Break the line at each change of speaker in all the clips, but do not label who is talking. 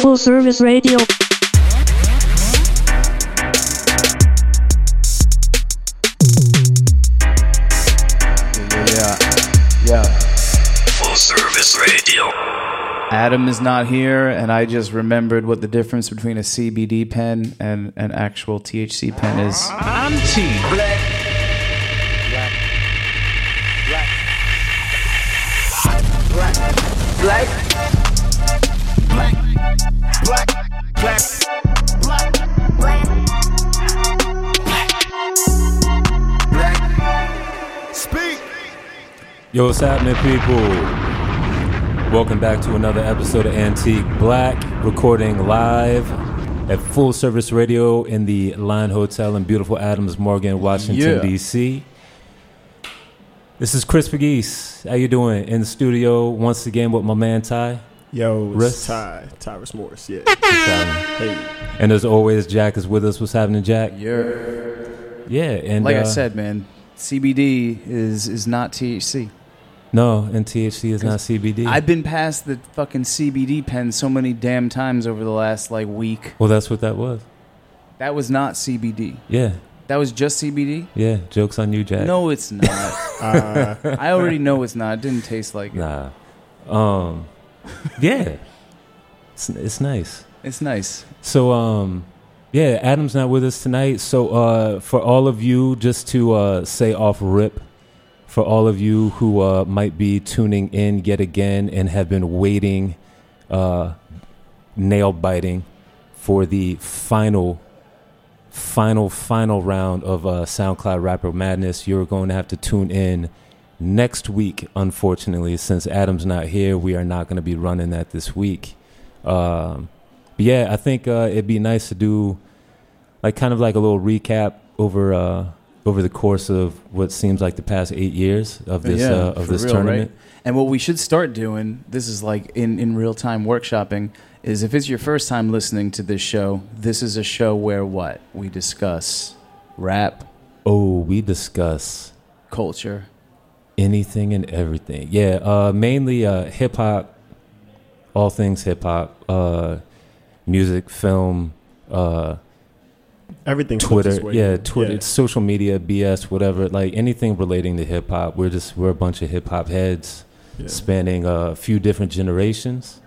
Full service radio.
Yeah, yeah.
Full Service Radio.
Adam is not here, and I just remembered what the difference between a CBD pen and an actual THC pen is.
I'm T. Black. Black. Black. Black. Black. Black. Black. Black. Speak.
Yo, what's happening, people? Welcome back to another episode of Antique Black, recording live at Full Service Radio in the Line Hotel in beautiful Adams Morgan, Washington,
Yeah.
D.C. This is Chris Pegues. How you doing? In the studio once again with my man Ty.
Yo, it's
Russ?
Ty, Tyrus Morris. Yeah. hey,
And as always, Jack is with us. What's happening, Jack?
Yeah.
Yeah, and
Like I
uh,
said, man, CBD is is not THC.
no, and THC is not CBD.
I've been past the fucking CBD pen so many damn times over the last like week.
well, that's what that was.
That was not CBD.
Yeah,
That was just CBD.
yeah. Jokes on you, Jack.
No, it's not.
uh,
I already know it's not. It didn't taste like it.
Nah. Um. Yeah. It's, it's nice.
It's nice.
So um. Yeah, Adam's not with us tonight. So uh, for all of you, just to uh, say off rip, for all of you who uh, might be tuning in yet again and have been waiting, uh, nail biting, for the final, final, final round of uh, SoundCloud Rapper Madness, you're going to have to tune in next week. Unfortunately, since Adam's not here, we are not going to be running that this week. Um, but yeah, I think uh, it'd be nice to do like kind of like a little recap over uh, over the course of what seems like the past eight years of this
Yeah,
uh,
for
of this
real,
tournament.
right? And what we should start doing, this is like in, in real time workshopping, is if it's your first time listening to this show, this is a show where what? We discuss rap,
Oh, we discuss
culture.
anything and everything. Yeah, uh, mainly uh, hip hop, all things hip hop, uh, music, film, uh,
everything.
Twitter. Yeah, Twitter,
Yeah.
social media, BS, whatever. Like anything relating to hip hop. We're just we're a bunch of hip hop heads
Yeah.
spanning uh, a few different generations,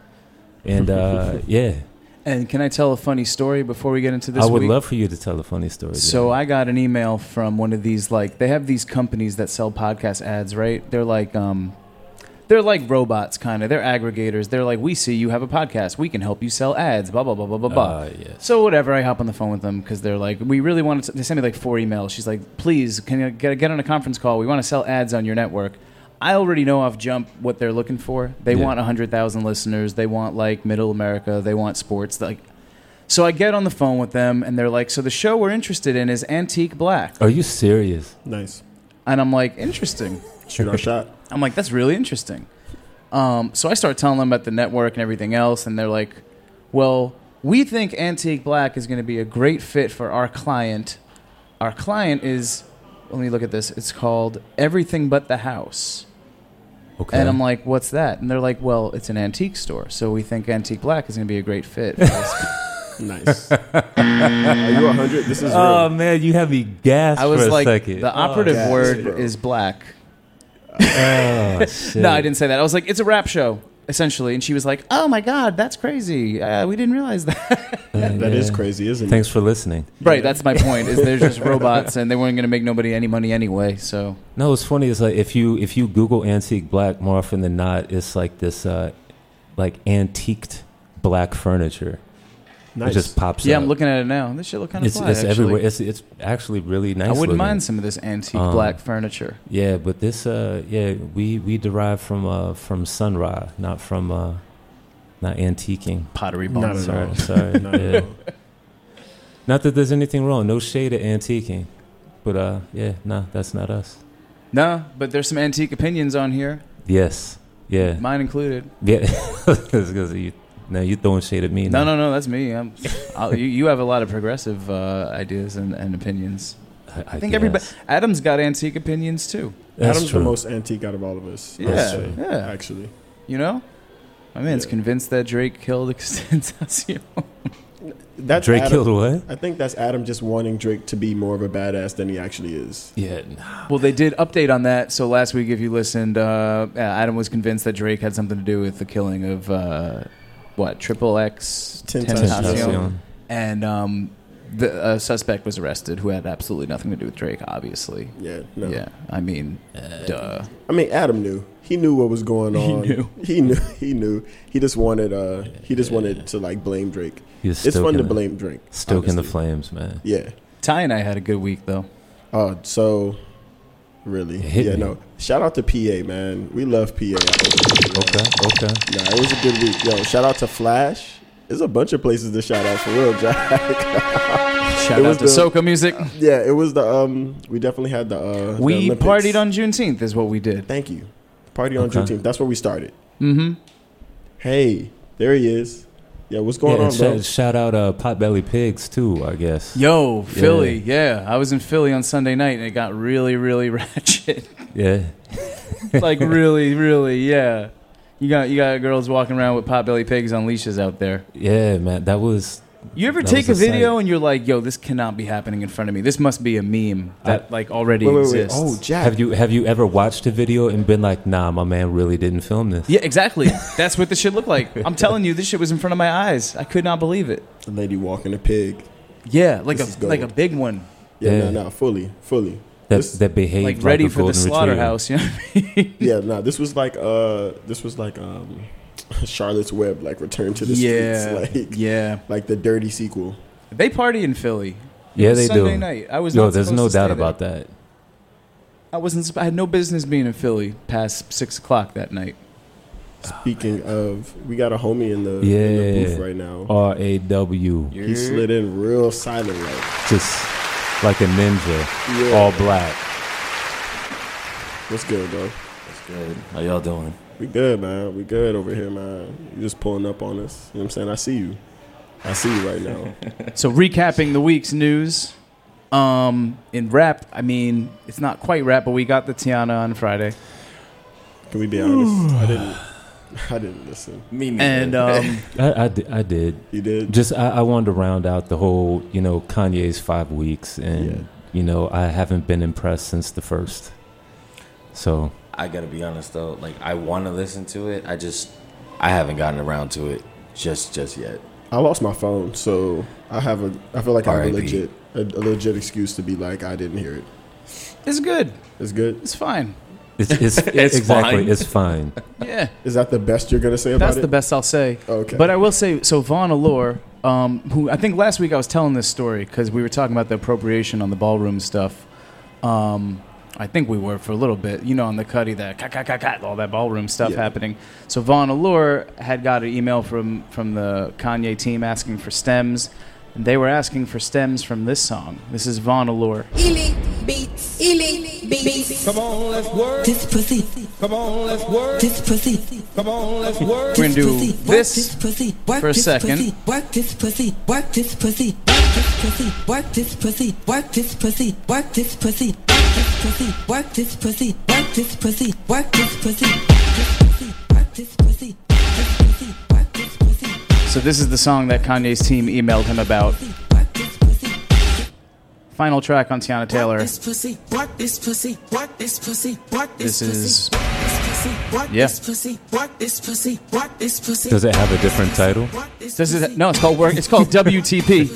and uh, yeah,
And can I tell a funny story before we get into this?
I would
week?
love for you to tell a funny story.
So
Jack.
I got an email from one of these like they have these companies that sell podcast ads, right? They're like um they're like robots kind of. They're aggregators. They're like we see you have a podcast. We can help you sell ads, blah blah blah blah blah blah.
Ah, yes.
So whatever, I hop on the phone with them cuz they're like we really want to they sent me like four emails. She's like, "Please, can you get get on a conference call? We want to sell ads on your network." I already know off jump what they're looking for. They
Yeah.
want 100,000 listeners. They want like middle America. They want sports. Like so I get on the phone with them and they're like, "So the show we're interested in is Antique Black."
are you serious?
Nice.
And I'm like, "Interesting."
Shoot our shot.
I'm like, "That's really interesting." Um, so I start telling them about the network and everything else and they're like, "Well, we think Antique Black is going to be a great fit for our client. Our client is let me look at this. It's called Everything But the House."
Okay,
And I'm like, "What's that?" And they're like, "Well, it's an antique store. So we think Antique Black is going to be a great fit." for us."
Nice. Are you 100? This is real.
Oh man, you have me gasped
I was
for a
like,
second.
"The operative
yes,
word
bro.
is black."
Oh, shit.
No, I didn't say that. I was like, it's a rap show, essentially. And she was like, oh my God, that's crazy. Uh, we didn't realize that.
That
Yeah.
is crazy, isn't
Thanks for listening.
right, that's my point, is they're just robots and they weren't going to make nobody any money anyway. So,
No, what's funny is like if you if you Google antique black more often than not, it's like this uh, like antiqued black
it?
furniture.
Nice.
It just pops.
yeah,
up.
I'm looking at it now. This shit look kind of
It's
fly,
it's
actually.
everywhere. It's it's actually really nice.
I wouldn't
looking.
mind some of this antique
Um,
black furniture.
Yeah, but this uh yeah we we derive from uh from sunrise, not from uh not antiquing.
Pottery
Not
bones.
at
Sorry.
Sorry, sorry.
Not at
yeah.
all.
Not that there's anything wrong. No shade at antiquing, but uh yeah, nah, that's not us.
No, but there's some antique opinions on here,
Yes. Yeah.
mine included.
Yeah, because you now you throwing shade at me.
No,
now.
no, no, that's me. I'm, I'll, you, you have a lot of progressive uh, ideas and, and opinions.
I,
I think everybody,
guess.
Adam's got antique opinions too.
That's
Adam's
true.
the most antique out of all of us.
Yeah,
true.
yeah.
Actually.
You know, My man's convinced that Drake killed Extentacion.
That's
Drake
Adam-
killed what?
I think that's Adam just wanting Drake to be more of a badass than he actually is.
Yeah, nah.
well, they did update on that. So last week, if you listened, uh, yeah, Adam was convinced that Drake had something to do with the killing of uh, what Triple X
Tentacion.
Tentacion. and um, the uh, suspect was arrested, who had absolutely nothing to do with Drake, obviously.
Yeah, no.
Yeah, I mean, duh.
I mean, Adam knew. He knew what was going
He
on.
knew.
He knew. He knew. He just wanted. Uh, he just wanted to like blame Drake.
He's
it's fun
stoking
to
it.
blame Drake.
Stoking the
honestly.
flames, man.
Yeah.
Ty and I had a good week though.
Oh, so really?
hit
yeah.
me.
No. Shout out to PA, man. We love PA.
Okay, okay.
Nah, it was a good week. Yo, shout out to Flash. There's a bunch of places to shout out for real, Jack.
Shout
It
out
was
to
the-
Soca Music.
yeah, it was the um. We definitely had the. Uh, the
We
Olympics.
partied on Juneteenth, is what we did.
Thank you. Party on
Okay.
Juneteenth. That's where we started.
Mm-hmm.
Hey, there he is. Yeah, what's
Yeah,
going
and
on, bro?
shout, shout out uh, Potbelly Pigs too, I guess.
Yo, Philly. Yeah. I was in Philly on Sunday night and it got really, really ratchet.
Yeah,
like really, really, yeah. You got you got girls walking around with potbelly pigs on leashes out there.
yeah, man. That was
You ever
That
take a
was a
video
sight.
and you're like, "Yo, this cannot be happening in front of me. This must be a meme that like already
Wait, wait, wait.
exists."
Oh, Jack.
Have you have you ever watched a video and been like, nah, my man really didn't film this?
Yeah, exactly. That's what this shit looked like. I'm telling you, this shit was in front of my eyes. I could not believe it.
A lady walking a pig.
Yeah, like
This is
a
gold.
like a big one,
Yeah,
Yeah.
no, no, fully, fully.
That
This-
that behaved
like
like
ready
a
for the
golden retriever.
slaughterhouse. You know what I mean?
yeah, no, this was like uh, this was like um, Charlotte's Web, like Return to the
yeah,
Streets, like
yeah.
like the dirty sequel.
They party in Philly.
Yeah, they
Sunday
do.
night. I was
Yo,
not
there's
supposed
no
to stay
doubt
there.
about that.
I wasn't. sup- I had no business being in Philly past six o'clock that night.
Speaking of, we got a homie in the, in the
Yeah. Oh,
booth right now.
R A W,
He slid in real silent, like,
just like a ninja,
yeah.
all black.
What's good, bro?
It's good. How y'all doing?
We good, man. We good over here, man. You just pulling up on us. You know what I'm saying? I see you. I see you right now.
So recapping the week's news. Um, in rap, I mean, it's not quite rap, but we got the Tiana on Friday,
Can we be honest? I didn't. I didn't listen.
Me neither.
and um,
I, I, di- I did.
You did.
Just I, I wanted to round out the whole, you know, Kanye's five weeks, and
Yeah.
you know I haven't been impressed since the first. So
I gotta be honest though, like I want to listen to it. I just I haven't gotten around to it just just yet.
I lost my phone, so I have a. I feel like I have a
R.I.P.
legit, a, a legit excuse to be like, I didn't hear it.
it's good.
It's good.
It's fine.
it's, it's,
It's
exactly
fine.
it's fine.
Yeah.
Is that the best you're gonna say about
That's
it?
the best I'll say.
Okay.
But I will say, so Vaughn Allure, um, who I think last week I was telling this story because we were talking about the appropriation on the ballroom stuff. Um, I think we were for a little bit, you know, on the Cuddy, that cut, cut, cut, cut, all that ballroom stuff
Yeah.
happening. So Vaughn Allure had got an email from from the Kanye team asking for stems. And they were asking for stems from this song. This is Vaughn Allure.
Elite beats. Elite beats. Come on, let's work. This pussy. Come on, let's work. This pussy. Come on, let's work.
We're gonna do
pussy.
this
work this pussy. Work
for a
this
second.
Pussy. Work this pussy. Work this pussy. Work this pussy. Work this pussy. Work this pussy. Work this pussy. Work this pussy. Work this pussy. Work this pussy. Work this pussy. Work this pussy. Work this pussy.
So this is the song that Kanye's team emailed him about.
Work this pussy.
Final track on Tiana Taylor.
Work this pussy. Work this pussy. Work this pussy. Work this,
This is
pussy. Work this pussy. Work
Yeah.
this pussy. Work this pussy. Work this pussy.
Does it have a different title?
Work this
This
pussy.
is no. It's called work. It's called WTP.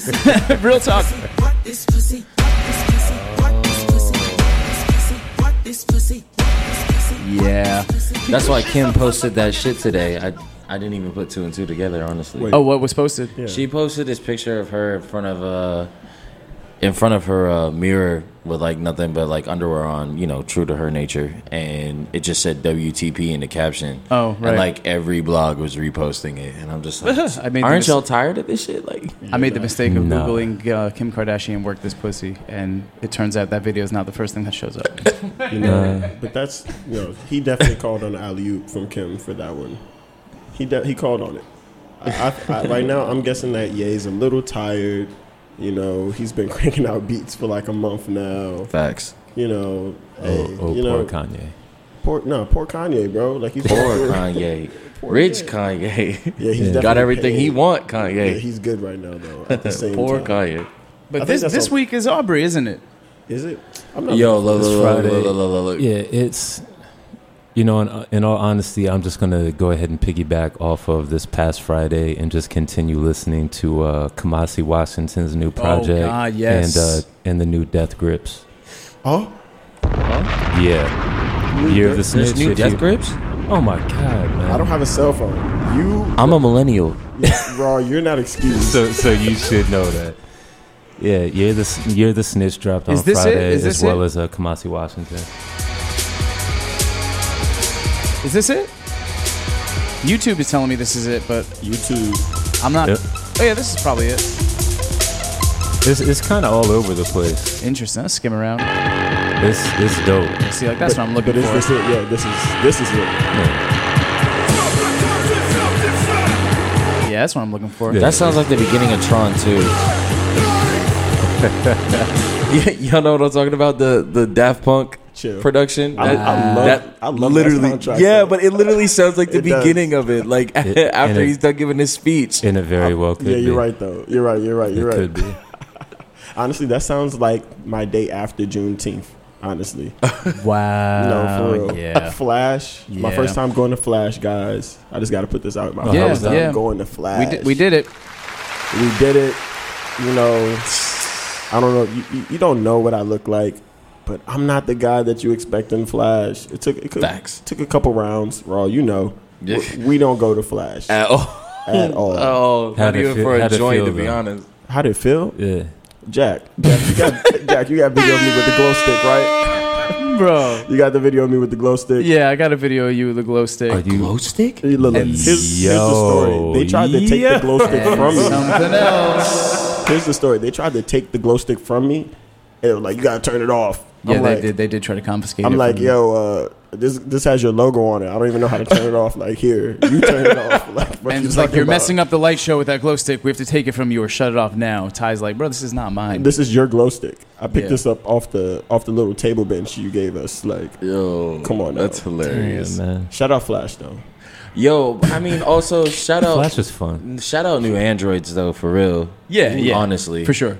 Real talk.
Work this pussy. Work this pussy. Work this pussy. Work this pussy. Work this pussy. Work this pussy.
Yeah.
That's why Kim posted that shit today. I I didn't even put two and two together, honestly.
Wait.
Oh, what was posted?
She posted this picture of her in front of uh in front of her uh, mirror with like nothing but like underwear on, you know, true to her nature, and it just said WTP in the caption.
Oh, right.
And like every blog was reposting it, and I'm just like,
I made the
aren't
mis-
y'all tired of this shit? Like,
I made the mistake of
No.
googling uh, Kim Kardashian work this pussy, and it turns out that video is not the first thing that shows up.
you know,
Uh,
but that's you know he definitely called on the alley oop from Kim for that one. He de- he called on it. I, I, I, right now, I'm guessing that Ye's a little tired. You know, he's been cranking out beats for like a month now.
facts.
You know,
Oh,
hey,
oh
you know,
poor Kanye.
Poor, no, poor Kanye, bro. Like he's
Poor Kanye. Rich Kanye.
Yeah, he's
got
definitely
everything he
paid.
want,
Yeah,
Kanye.
he's good right now though. At the same
Poor
time.
Kanye.
But
I think
this
that's
this
all-
week is Aubrey, isn't it?
Is it? I'm
Yo, look,
It's
look, look,
Friday.
look, look, look, look.
Yeah, it's you know, in, in all honesty, I'm just gonna go ahead and piggyback off of this past Friday and just continue listening to uh, Kamasi Washington's new project
God, yes.
and uh, and the new Death Grips.
Huh?
Yeah, Year of the Snitch.
There's new
if you-
Death Grips?
Oh my God, man!
I don't have a cell phone. You,
I'm a millennial.
raw. You're not excused.
so so you should know that. Yeah, year the S- year the snitch dropped
Is
on
this it?
Friday
Is
as
this
well
it?
as uh, Kamasi Washington.
Is this it? YouTube is telling me this is it, but
YouTube.
I'm not.
Yep.
Oh yeah, this is probably it.
It's, it's kind of all over the place.
Interesting. Let's skim around.
It's it's dope.
See, like that's what I'm looking
But is
for.
this it? Yeah, this is this is it.
yeah, that's what I'm looking for.
Yeah.
That sounds like the beginning of Tron too. yeah, y'all know what I'm talking about? The the Daft Punk
Chill.
production.
I- I love- I love that
literally.
soundtrack,
yeah,
though.
but it literally sounds like the
It does.
beginning of it. Like
and
after
it-
he's done giving his speech.
And it very well could
yeah, you're
be.
right though. You're right. You're right.
It
You're right.
could be.
Honestly, that sounds like my day after Juneteenth. Honestly,
Wow.
no, for real.
Yeah.
Flash. My
Yeah.
first time going to Flash, guys. I just got to put this out. My
Yeah,
first time
yeah.
going to Flash.
we did. We did it.
We did it. You know, I don't know. You, you, you don't know what I look like, but I'm not the guy that you expect in Flash. It took it could,
Facts.
took a couple rounds, raw. You know,
Yeah.
we, we don't go to Flash
at all.
at all.
Oh,
How'd
not
it
even
feel-
for a
how'd it
joint,
feel,
to be
though?
honest.
How did it feel,
Yeah.
Jack? Jack, you got Jack. You got video of me with the glow stick, right?
Bro.
You got the video of me with the glow stick.
Yeah, I got a video of you with the glow stick.
Are you
Glow stick?
Hey, look, look,
And-
here's, here's the
Yo,
story. They tried to take
yeah.
the glow stick from me.
Something else.
Here's the story. They tried to take the glow stick from me. And they were like, "You gotta turn it off."
Yeah,
I'm
they
like,
did. They did try to confiscate.
I'm
it
like,
from me.
yo, uh, this this has your logo on it. I don't even know how to turn it off. Like here, you turn it off. Like, what
And
you
it's like
talking
you're
about?
messing up the light show with that glow stick. We have to take it from you or shut it off now. Ty's like, bro, this is not mine.
This is your glow stick. I picked
Yeah.
this up off the off the little table bench you gave us. Like,
Yo,
Come on now.
that's hilarious.
Yeah, man.
shout out Flash though.
Yo, I mean, also shout
Flash
out,
is fun.
shout out new androids though, for real.
yeah, yeah,
honestly,
for sure.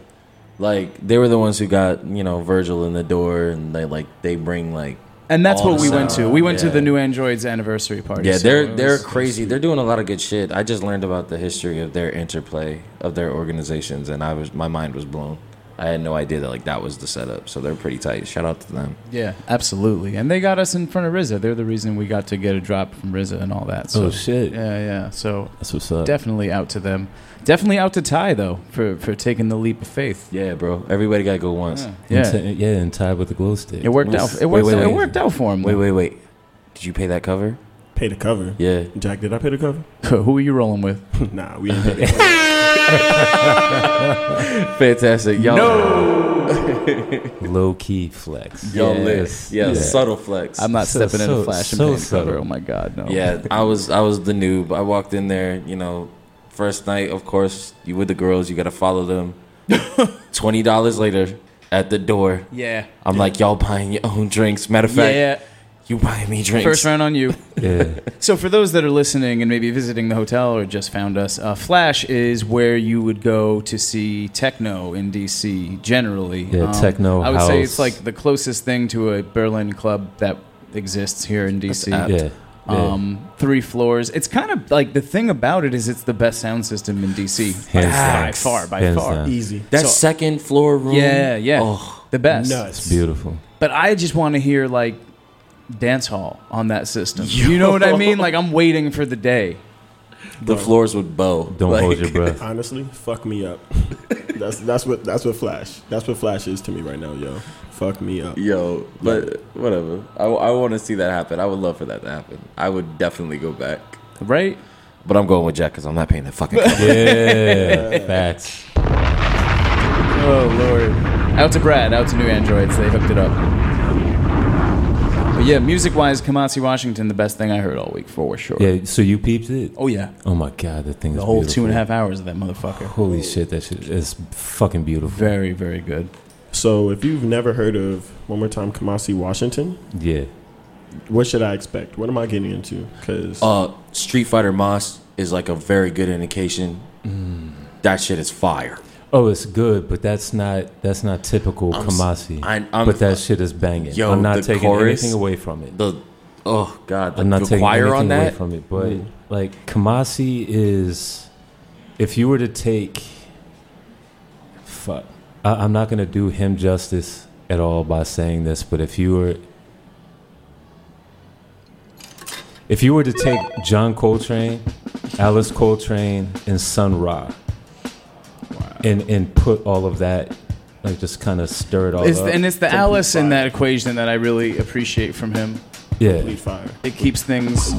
Like they were the ones who got you know Virgil in the door, and they like they bring like
And that's
All
what we went to.
sound,
We went to
yeah.
the new Androids anniversary party.
yeah,
so
they're
it
they're
was-
crazy. They're doing a lot of good shit. I just learned about the history of their interplay of their organizations, and I was my mind was blown. I had no idea that like that was the setup. So they're pretty tight. Shout out to them.
Yeah, absolutely. And they got us in front of RZA. They're the reason we got to get a drop from RZA and all that. So
Oh shit.
yeah, yeah. So
That's what's up.
definitely out to them. Definitely out to Ty though for for taking the leap of faith.
Yeah, bro. Everybody gotta go once.
Yeah,
And t- yeah, and tied with the glow stick.
it worked out. It
Wait,
worked.
wait,
It
wait.
worked out for him.
Wait, wait, wait. Did you pay that cover?
Pay the cover.
Yeah.
Jack, did I pay the cover?
Who are you rolling with?
nah, we didn't. Pay the cover.
Fantastic. Y'all.
Low key flex.
Y'all
Yeah.
lit. Yeah, Subtle flex.
I'm not
So-
stepping in
so-
a flash and
so
paint
subtle.
cover. Oh my god, no.
yeah, I was I was the noob. I walked in there, you know, first night, of course, you with the girls, you gotta follow them. Twenty dollars later at the door.
Yeah.
I'm like, y'all buying your own drinks. Matter of fact,
Yeah,
you buying me drinks.
first round on you.
Yeah.
So, for those that are listening and maybe visiting the hotel or just found us, uh, Flash is where you would go to see techno in DC generally. Um,
Yeah, techno,
I would say it's
house.
like the closest thing to a Berlin club that exists here in DC.
apt.
Yeah. Um,
Um, three floors. It's kind of like the thing about it is it's the best sound system in DC
Hands
by
down.
far, by
Hands
far.
down.
Easy.
that
So-
second floor room.
Yeah, yeah,
Oh,
the best.
Nuts.
beautiful.
But I just want to hear like dance hall on that system. You know what I mean? Like I'm waiting for the day.
the floors would bow.
Don't
Like,
hold your breath.
Honestly, fuck me up. That's that's what that's what Flash. That's what Flash is to me right now, yo. Fuck me up.
Yo, but whatever. I, I want to see that happen. I would love for that to happen. I would definitely go back.
Right?
But I'm going with Jack because I'm not paying that fucking. cover.
Yeah. Facts.
Oh lord! Out to Brad, out to new androids. They hooked it up. But yeah, music-wise, Kamasi Washington, the best thing I heard all week for sure.
Yeah. So you peeped it?
Oh yeah.
Oh my god, that thing is
The whole
beautiful.
two and a half hours of that motherfucker.
Holy shit, that shit is fucking beautiful.
Very, very good.
So if you've never heard of one more time Kamasi Washington,
Yeah.
What should I expect? What am I getting into? Because
Uh, Street Fighter Moss is like a very good indication.
Mm.
That shit is fire.
Oh, it's good, but that's not that's not typical
I'm s-
Kamasi.
I- I'm-
but that shit is banging.
Yo,
I'm
the
not taking
chorus-
anything away from it.
uh, The oh god, the,
I'm not
the
taking
choir
anything
on
away
that. Mm.
from it, but like Kamasi is, if you were to take, fuck, I, I'm not gonna do him justice at all by saying this, but if you were, if you were to take John Coltrane, Alice Coltrane, and Sun Ra, and and put all of that, like just kind of stir it all
It's
up.
the, and it's the
Complete
Alice in
fire.
that equation that I really appreciate from him.
complete
yeah,
fire.
It keeps things.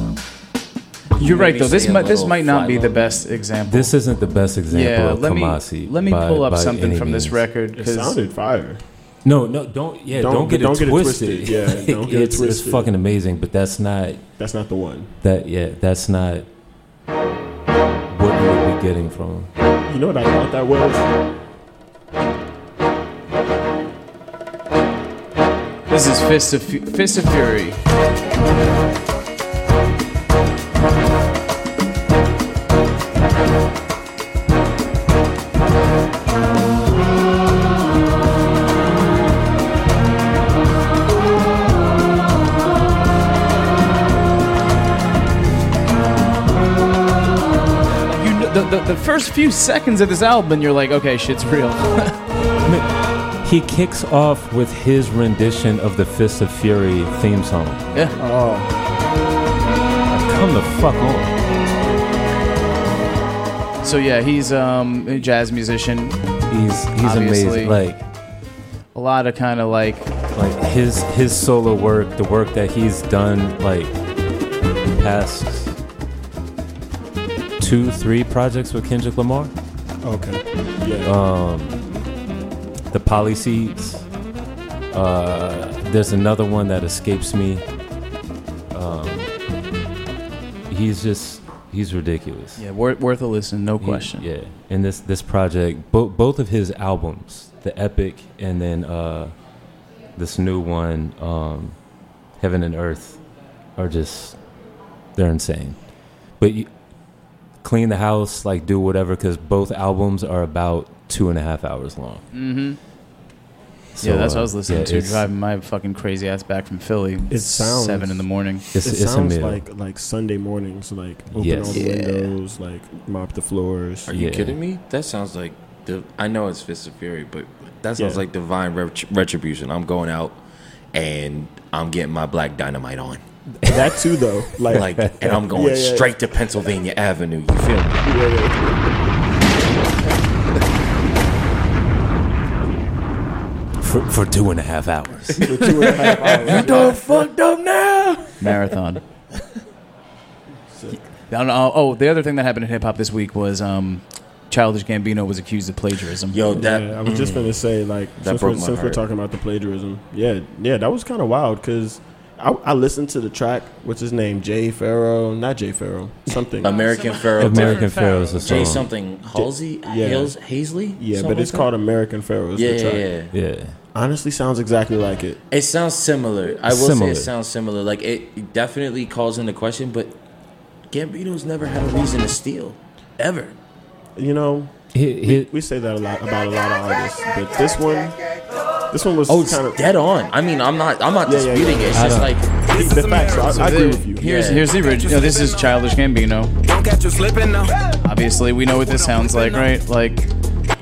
You're right
me
though. This
say a
might this
little
might not
fly
be the
low.
best example.
this isn't the best example
yeah.
of
Let
Kamasi.
me let me
by-
pull up
by
something
any
from this
means.
record
It
because
sounded fire.
No, no, don't. Yeah,
Don't-
don't, get,
don't
it,
get it
twisted.
twisted. Yeah, don't get it
it's,
twisted.
It's fucking amazing, but that's not
That's not the one.
that. Yeah, that's not what you would be getting from. him.
You know what I thought that was?
this is Fist of Fu- Fist of Fury. You know, the, the, the first few seconds of this album, you're like, okay, shit's real.
He kicks off with his rendition of the Fist of Fury theme song.
yeah.
Oh.
Come the fuck on.
So yeah, he's um, a jazz musician.
He's he's
Obviously.
amazing. Like
A lot of kind of like
like his his solo work, the work that he's done like past two three projects with Kendrick Lamar. Um,
Okay. Yeah.
the Polyseeds. Uh, there's another one that escapes me. Um, he's just he's ridiculous.
yeah, worth, worth a listen, no
He-
question.
yeah. And this this project, bo- both of his albums, the Epic and then uh, this new one, um, Heaven and Earth, are just they're insane. But you clean the house, like do whatever, because both albums are about two and a half hours long.
Mm-hmm.
So,
yeah, that's what I
uh,
was listening
yeah,
to
it's-
driving my fucking crazy ass back from Philly.
It sounds-
seven in the morning.
It's,
it
it's a
sounds
meal.
like like Sunday mornings, like open
Yes.
all the
Yeah.
windows, like mop the floors.
Are you
Yeah.
kidding me? That sounds like the, I know it's Fist of Fury, but that sounds
Yeah.
like divine ret- retribution. I'm going out and I'm getting my black dynamite on,
that too though. Like,
like, and I'm going
Yeah, yeah.
straight to Pennsylvania Avenue. You feel me?
yeah, yeah.
for, for two and a half hours.
For two and a half hours.
Don't fucked up now.
Marathon. I don't know. Oh, the other thing that happened in hip hop this week was um, Childish Gambino was accused of plagiarism.
Yo, that
yeah, I was
mm.
just gonna say like since,
broke
we're,
my
since we're
heart.
talking about the plagiarism, yeah, yeah, that was kind of wild because I, I listened to the track. What's his name? Jay Farrow, not Jay Farrow, something.
American Pharaoh,
American Pharaoh is the song.
Jay something Halsey,
yeah.
Hales, Hazley.
yeah,
Something
but it's
like
called American Pharaoh. is
that? Yeah,
the track.
yeah, yeah.
Yeah.
Honestly, sounds exactly like it.
It sounds similar. I will say
Similar.
it sounds similar. Like it definitely calls into question, but Gambino's never had a reason to steal, ever.
You know,
He, he,
we say that a lot about a lot of artists, but this one, this one was
Oh, it's
kind of
dead on. I mean, I'm not. I'm not
Yeah, yeah,
disputing it. It's
I
just
don't-
like
the facts. I, I agree with you.
Here's
Yeah.
here's the original. This is Childish Gambino.
Don't catch you slipping now.
Obviously, we know what this sounds like, right? Like,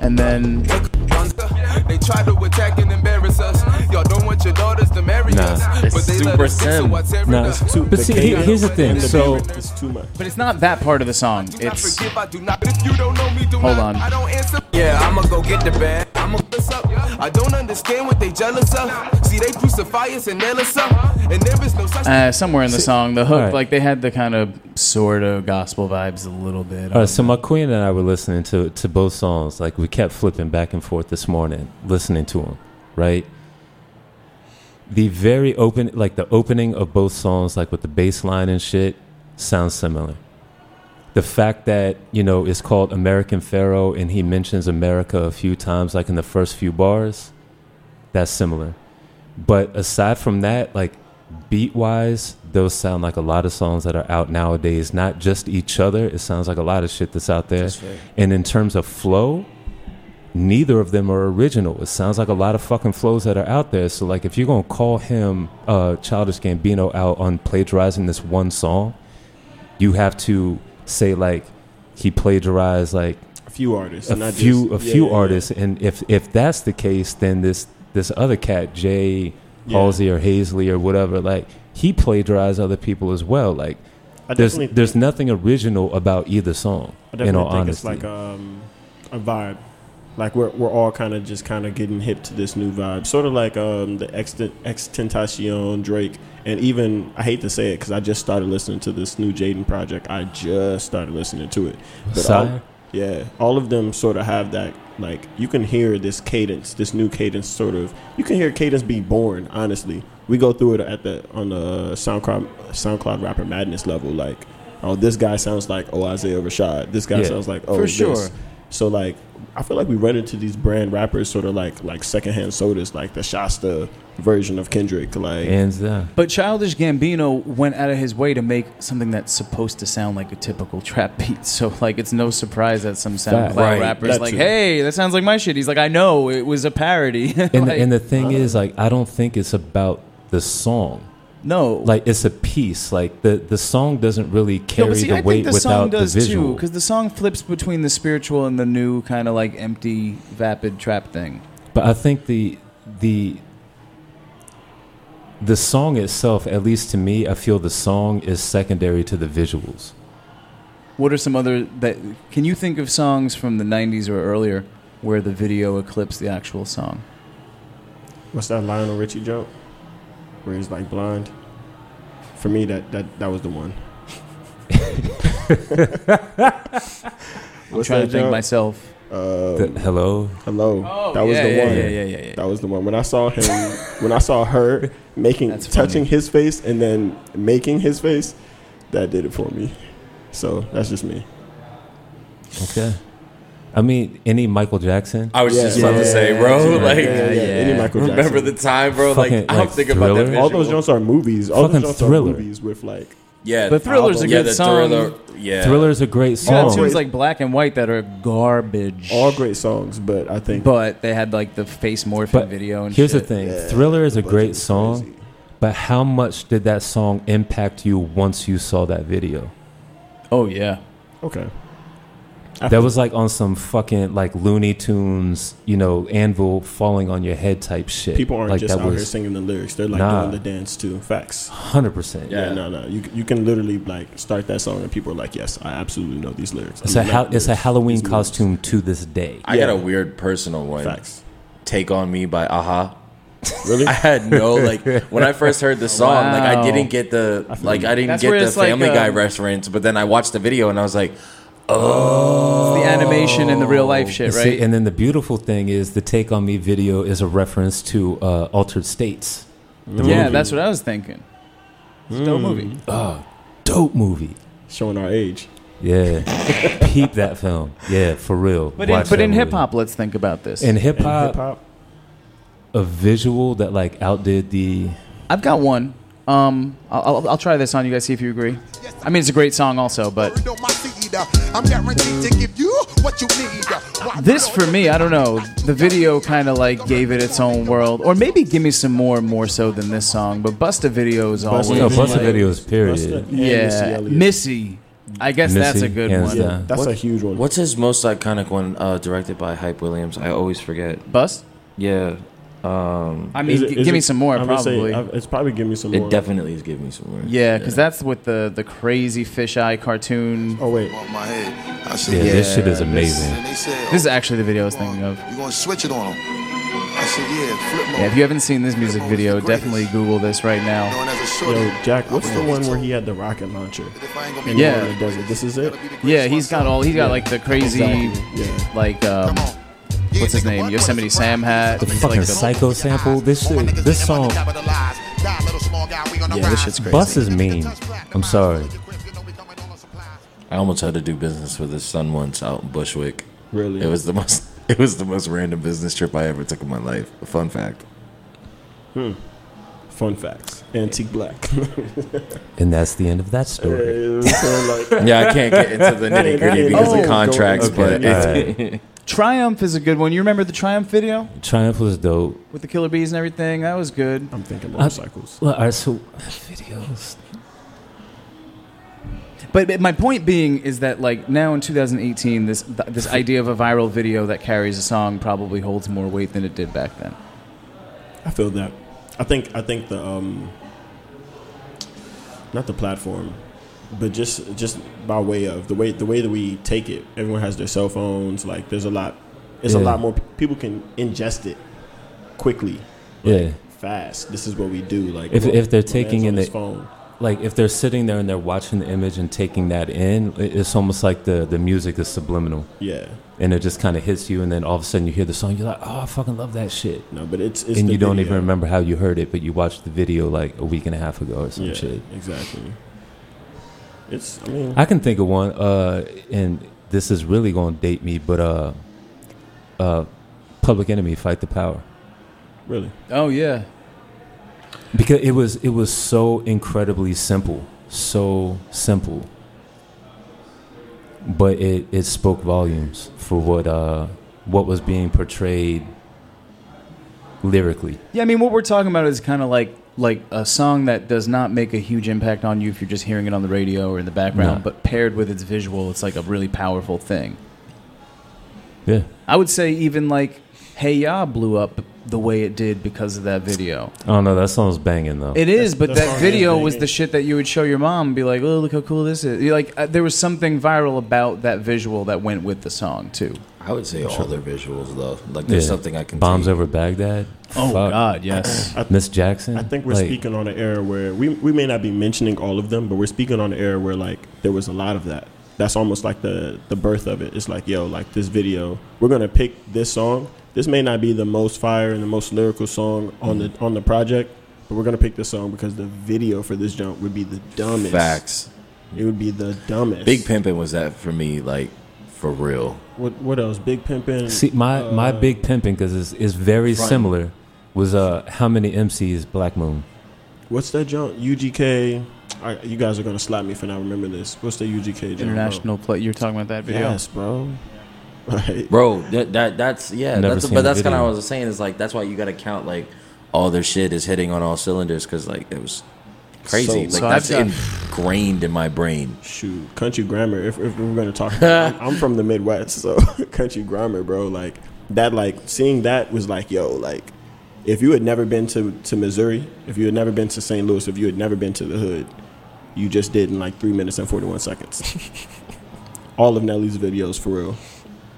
and then
They tried to attack and embarrass us. Y'all don't want your daughters to marry
Nah.
us. But they let
super
us get to
sim.
what's every
nah,
us.
Too-
but see,
the
he,
chaos
here's the
and
thing.
the
So
beat is too much.
But it's not that part of the song. It's
I forgive, I do not. If you don't know me, do
Hold on.
not. I don't answer. Yeah, I'ma go get the bag. I'ma fess up. I don't understand what they jealous of. See, they crucify us and nail us up. And there is no such
uh, somewhere in the song, the hook,
Alright.
like they had the kind of sort of gospel vibes a little bit.
uh, so my queen and I were listening to to both songs. Like we kept flipping back and forth this morning, listening to them. Right. The very open, like the opening of both songs, like with the bass line and shit, sounds similar. The fact that you know it's called American Pharaoh and he mentions America a few times, like in the first few bars, that's similar. But aside from that, like beat wise, those sound like a lot of songs that are out nowadays. Not just each other. It sounds like a lot of shit that's out there. and in terms of flow, neither of them are original. It sounds like a lot of fucking flows that are out there. So like, if you're gonna call him uh, Childish Gambino out on plagiarizing this one song, you have to say like he plagiarized like
A few artists.
a
not
few
just-
a
yeah,
few
yeah, yeah.
artists and if if that's the case then this this other cat jay
Yeah.
halsey or hazley or whatever like he plagiarized other people as well like
I
there's
definitely
there's nothing original about either
I
song in
definitely
all
think
honesty
it's like um, a vibe. Like we're we're all kind of just kind of getting hip to this new vibe, sort of like um, the Extentacion, Drake, and even I hate to say it because I just started listening to this new Jaden project. I just started listening to it. But all-
Sire?
yeah, all of them sort of have that. Like you can hear this cadence, this new cadence, sort of. You can hear cadence be born. Honestly, we go through it at the on the SoundCloud SoundCloud rapper madness level. Like, oh, this guy sounds like oh Isaiah Rashad. This guy
Yeah.
sounds like oh
For
this.
sure.
So like, I feel like we run into these brand rappers, sort of like like secondhand sodas, like the Shasta version of Kendrick. Like,
hands down
But Childish Gambino went out of his way to make something that's supposed to sound like a typical trap beat. So like it's no surprise that some SoundCloud
Right.
rappers
That
like,
too.
"Hey, that sounds like my shit." He's like, "I know, it was a parody."
and,
Like,
the, and the thing is like i don't think it's about the song
no,
like it's a piece like the the song doesn't really
No,
carry
but see,
the
I
weight
think the
without
song does
the visual
too, because the song flips between the spiritual and the new kind of like empty, vapid trap thing.
But I think the the the song itself, at least to me, I feel the song is secondary to the visuals.
What are some other that? Can you think of songs from the '90s or earlier where the video eclipsed the actual song?
what's that Lionel Richie joke? Where he's like blind. For me, that that that was the one.
I'm trying to think myself.
Uh,
The- hello,
Hello.
Oh,
that was the one.
Oh, Yeah, yeah, yeah, yeah.
That was the one. When I saw him, when I saw her making,
That's funny.
touching his face and then making his face, that did it for me. So that's just me.
okay. I mean, any Michael Jackson?
I was
Yeah.
just about to say,
Yeah,
bro.
yeah,
like,
yeah, yeah. Any Michael Jackson.
remember the time, bro?
Fucking,
like, I'm
like,
thinking about that.
Thriller.
All those Jones are movies. All
Fucking
those Jones are
Thriller.
movies with like.
yeah,
But Thriller's a
yeah,
good
the
song.
Thriller, yeah,
Thriller's a great
You got
song.
tunes like Black and White that are garbage.
All great songs, but I think
But they had like the face morphing
But
video and
Here's
shit.
the thing:
Yeah,
Thriller is
the
a
budget
great
is
song,
crazy.
but how much did that song impact you once you saw that video?
Oh yeah.
okay.
That was like on some fucking like Looney Tunes, you know, anvil falling on your head type shit.
People aren't
like
just
that
out here
was
singing the lyrics; they're like
Nah.
doing the dance too. Facts.
hundred percent.
Yeah.
Yeah.
no, no. You you can literally like start that song and people are like, "Yes, I absolutely know these lyrics."
It's
I
a
mean,
ha-
not
it's a
lyrics,
Halloween
these moves.
costume to this day.
I got
Yeah.
a weird personal one.
Facts.
Take on me by Aha.
Really?
I had no like when I first heard the song, like I
Wow.
didn't get the like I didn't
That's
get
where
the
it's like,
Family Guy
um,
reference, but then I watched the video and I was like, "Oh."
The animation and the real life shit,
You see,
right?
and then the beautiful thing is the Take On Me video is a reference to uh, Altered States. The
yeah,
movie.
that's what I was thinking. It's a dope movie.
dope movie.
Showing our age.
Yeah. Peep that film. Yeah, for real.
But in,
Watch
but
that
in
movie.
hip hop, let's think about this.
In hip
And hip
hop,
hop.
a visual that like outdid the
I've got one. Um, I'll, I'll, I'll try this on you guys, see if you agree. I mean, it's a great song, also, but
Don't my seed, uh, I'm guaranteed to give you what you need. uh, why
this
you
for me, I don't know. The video kind of like gave it its own world, or maybe give me some more, more so than this song. But Busta video is always
no
Video.
Busta
like-
videos. Period.
Busta and Missy
Yeah,
Elliott.
Missy. I guess that's
Missy,
a good
hands
one.
Yeah,
down.
that's a huge one.
"What's his most iconic one?" Uh, directed by Hype Williams. I always forget.
Bust.
Yeah,
I
Is
mean,
it-
g-
is
give me
it-
some more,
I'm gonna say,
probably.
I- it's probably give me some more.
it definitely is giving me some more.
yeah, because that's with the the crazy fisheye cartoon.
Oh wait,
On my head. I
Yeah,
said,
this shit is amazing.
And they said,
This is
oh,
actually the video I was
come on,
thinking of.
You gonna switch it on them? I said, yeah, flip mode.
Yeah, if you haven't seen this music video, definitely Google this right now.
Known as a shorty.
yo, Jack, what's the
Yeah.
one where he had the rocket launcher?
If I ain't gonna be
And
Yeah.
in the desert. This is it.
Yeah, he's got all. He's got like the crazy,
Exactly. Yeah.
like um, what's his name? Yosemite Sam hat.
The
It's
fucking
like the,
psych- Psycho sample, this shit- this song-
Yeah,
this shit's crazy.
Bus is mean. I'm sorry.
I almost had to do business with his son once out in Bushwick.
Really?
It was the most. It was the most random business trip I ever took in my life. Fun fact.
Fun facts. antique black.
And that's the end of that story.
so like,
Yeah, I can't get into the nitty gritty because
Oh.
of contracts,
Okay,
but it's,
Triumph is a good one. You remember the Triumph video
Triumph was dope.
with the killer bees and everything? That was good.
I'm thinking motorcycles.
Well, all right, so videos.
But, but my point being is that like now in 2018, this th- this idea of a viral video that carries a song probably holds more weight than it did back then.
I feel that. I think I think the um, not the platform, but just just by way of the way the way that we take it. Everyone has their cell phones. Like there's a lot. It's a
Yeah.
lot more people can ingest it quickly,
Yeah.
fast. This is what we do. Like
If-
well,
if they're
my man's
taking
on
in
his
the-
phone.
Like if they're sitting there and they're watching the image and taking that in, i- it's almost like the, the music is subliminal.
Yeah.
And it just kind of hits you, and then all of a sudden you hear the song. You're like, "Oh, I fucking love that shit!"
No, but it's, it's
and
the
you don't
video.
even remember how you heard it, but you watched the video like a week and a half ago or some
Yeah,
shit.
exactly. It's. I mean,
I can think of one, uh, and this is really gonna date me, but uh, uh, Public Enemy, Fight the Power,
really.
Oh yeah,
because it was it was so incredibly simple, so simple, but it it spoke volumes for what uh what was being portrayed lyrically.
yeah. I mean, what we're talking about is kind of like like a song that does not make a huge impact on you if you're just hearing it on the radio or in the background,
No.
but paired with its visual, it's like a really powerful thing.
Yeah,
I would say even like Hey Ya blew up the way it did because of that video.
I don't know. That song's banging though.
It is, but
that's
that
all
video
it is,
was
baby.
the shit that you would show your mom and be like, "Oh, look how cool this is." You're like uh, there was something viral about that visual that went with the song too.
I would say all their visuals though. Like there's
Yeah.
something I can
Bombs
take.
over Baghdad. Fuck.
Uh, yes.
Miss Jackson.
I think we're
Like,
speaking on an era where we, we may not be mentioning all of them, but we're speaking on an era where like there was a lot of that. That's almost like the the birth of it. It's like yo, like this video, we're gonna pick this song. This may not be the most fire and the most lyrical song on the on the project, but we're gonna pick this song because the video for this jump would be the dumbest.
Facts.
It would be the dumbest.
Big Pimpin' was that for me, like for real.
What what else? Big pimpin.
See, my my
uh,
big pimping because it's, it's very
Front.
similar. Was uh how many MCs Black Moon?
What's that jump? UGK. I, you guys are gonna slap me for not remembering this. What's the UGK jump? bro?
International play. You're talking about that video.
Yes, bro. Right.
Bro, that, that that's yeah,
Never
that's,
seen
but
the
that's kind of
video.
what I was saying is like that's why you got to count like all their shit is hitting on all cylinders because like it was crazy.
So-
like
so
that's
I've done-
ingrained in my brain.
Shoot, country grammar. If, if we're gonna talk, about I'm, I'm from the Midwest, so country grammar, bro. Like that, like seeing that was like, yo, like if you had never been to to Missouri, if you had never been to St. Louis, if you had never been to the hood, you just did in like three minutes and forty one seconds. All of Nelly's videos, for real.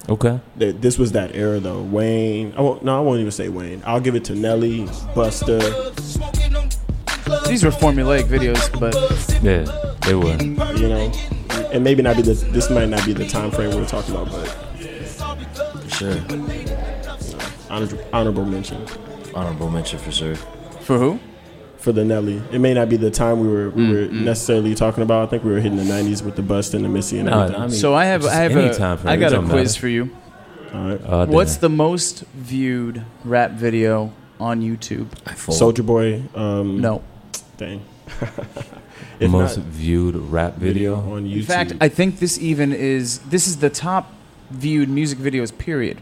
Okay,
Th- This was that era, though. Wayne. I won't, no, I won't even say Wayne. I'll give it to Nelly, Buster.
These were formulaic videos, but
yeah, they were.
You know, and maybe not be the. This might not be the time frame we're talking about, but
For sure,
honor, honorable mention.
honorable mention for sure.
for who?
for the Nelly. It may not be the time we were we were
Mm-hmm.
necessarily talking about. I think we were hitting the '90s with the bust and the Missy and
No,
everything.
I mean,
So I have
just
I have
any
a
time frame,
I
it
got a
don't
quiz
matter.
for you.
All right,
Oh, damn.
What's the most viewed rap video on YouTube?
I fold.
Soldier Boy. Um,
No.
dang. if
most
not,
viewed rap video?
on YouTube.
In fact, I think this even is this is the top viewed music videos period.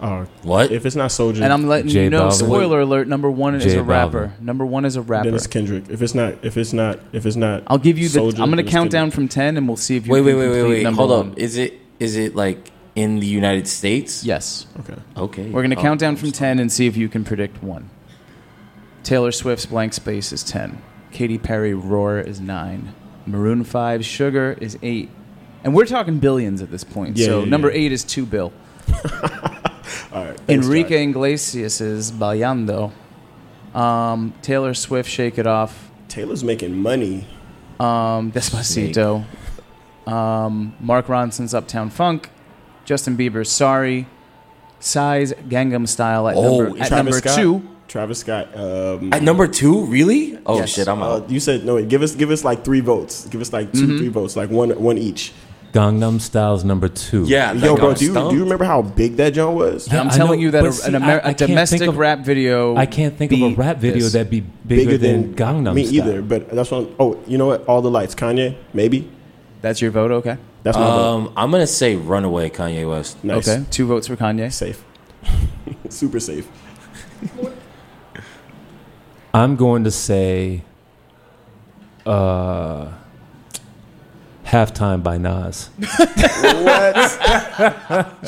oh,
what?
if it's not Soldier,
And I'm letting
J
you know,
Balvin.
spoiler alert, number one is
J
a rapper. Number one is a rapper.
then it's Kendrick. If it's not, if it's not, if it's not,
I'll give you the
Soulja,
I'm gonna
then it's
count down
Kendrick.
from ten and we'll see if you
wait,
can
wait, wait,
complete
wait, wait.
number
Hold
one.
up. Is it is it like in the United States?
Yes.
Okay,
Okay.
We're gonna
Oh,
count down from
I'm
ten and see if you can predict one. Taylor Swift's blank space is ten. Katy Perry Roar is nine. Maroon Five Sugar is eight. And we're talking billions at this point.
Yeah,
so
yeah, yeah.
number eight is two bill.
all right. thanks,
Enrique
Jack.
Iglesias's Bailando. Um, Taylor Swift Shake It Off.
Taylor's making money.
Um, Despacito. Um, Mark Ronson's Uptown Funk. Justin Bieber's Sorry. Size Gangnam Style at
Oh,
number, at
Travis
number
Scott,
two.
Travis Scott. Um,
At number two, really? Oh shit, I'm
uh,
out.
Mm-hmm.
you said no. Wait, give us, give us like three votes. Give us like 2 three votes, like one, one each.
Gangnam Style's number two.
Yeah,
Yo,
like,
bro,
I'm
do you,
stumped.
do you remember how big that joint was?
Yeah,
I'm
I
telling
know,
you that
but
a,
see,
an Amer-
I- I
a
can't think
domestic
of-
rap video.
I can't think of a
beat
rap video
this.
that'd be bigger, than, Gangnam
me
Style.
either. But that's one oh you know what? All the lights, Kanye, maybe.
That's your vote, okay?
That's my vote.
Um, I'm gonna say Runaway, Kanye West.
Nice.
Okay, two votes for Kanye.
Safe. Super safe.
I'm going to say uh, Halftime by Nas.
What?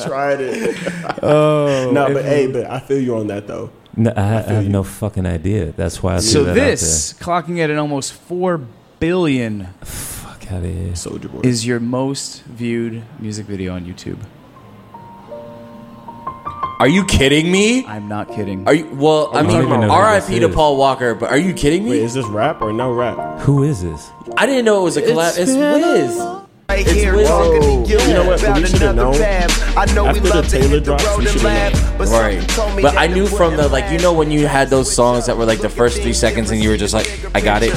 Tried it. Oh. no, but hey, but I feel you on that though.
No, I, I have no fucking idea. That's why I threw
So
that
this, clocking at an almost four billion,
out there. Fuck out of here.
Soldier Boy.
is your most viewed music video on YouTube.
Are you kidding me?
I'm not kidding.
Are you? Well, I
don't
mean,
even know who
R.I.P.
this
to
is.
Paul Walker, but are you kidding me?
Wait, is this rap or no rap?
Who is this?
I didn't know it was a collab. It's Wiz.
Right
It's
here,
Wiz.
talking
Whoa.
to you,
You know what?
about
We should've
another
known.
path. I know
After
we
the
love to
Taylor
hit the
drops, we
road and
should've
laugh, but
Right.
something told me
But
that
I
the
knew from the,
wouldn't
like, you
last.
know when you had those songs that were, like, the first three seconds and you were just like, I got it?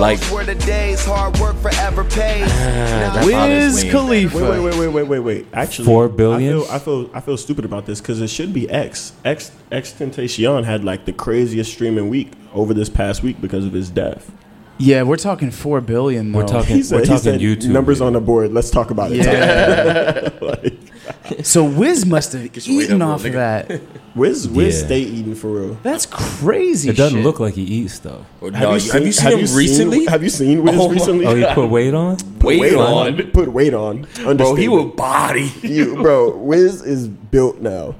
Like- Ah,
Those were the days hard work forever pays. Now
that's
Wiz
honestly-
Khalifa.
Wait, wait, wait, wait, wait, wait, wait. Actually,
Four billion?
I feel, I feel, I feel stupid about this because it should be X. X, X Tentacion had like the craziest streaming week over this past week because of his death.
Yeah, we're talking four billion. Though.
We're talking.
He said-
we're
he
talking
said,
YouTube.
Numbers on the board. Let's talk about it.
Yeah.
like,
so Wiz must have
your weight
eaten
up,
off of
nigga.
that.
Wiz, Wiz
Yeah.
stay eating for real.
That's crazy.
It doesn't
shit.
look like he eats though.
No, have you seen, him recently?
Have you seen Wiz
Oh my-
recently?
Oh, he put weight on.
Wait, on.
Put weight on.
Bro, he
Understatement.
will body.
you, bro. Wiz is built now.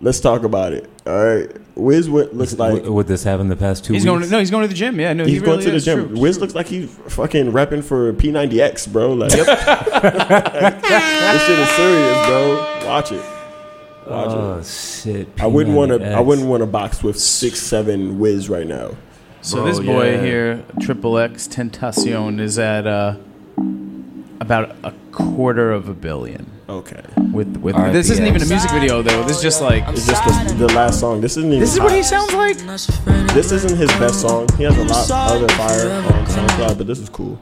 Let's talk about it. All right, Wiz what looks like.
Would- would this happen the past two
He's
weeks?
going. To, no, he's going to the gym. Yeah, no,
He's
he
going
really
to the
is.
gym.
True.
Wiz looks like he's fucking rapping for P90X, bro. Like this shit is serious, bro. Watch it. Watch it.
Oh shit!
I wouldn't want to. I
P90X.
wouldn't want to box with six, seven Wiz right now.
So
Bro,
this boy
yeah.
here, Triple X Tentacion, is at uh, about a quarter of a billion.
Okay.
With with
RIP.
this isn't even a music video though. This is just like
It's just the, the last song. This isn't even.
this is what
hot.
he sounds like.
This isn't his best song. He has a lot other fire on SoundCloud, but this is cool.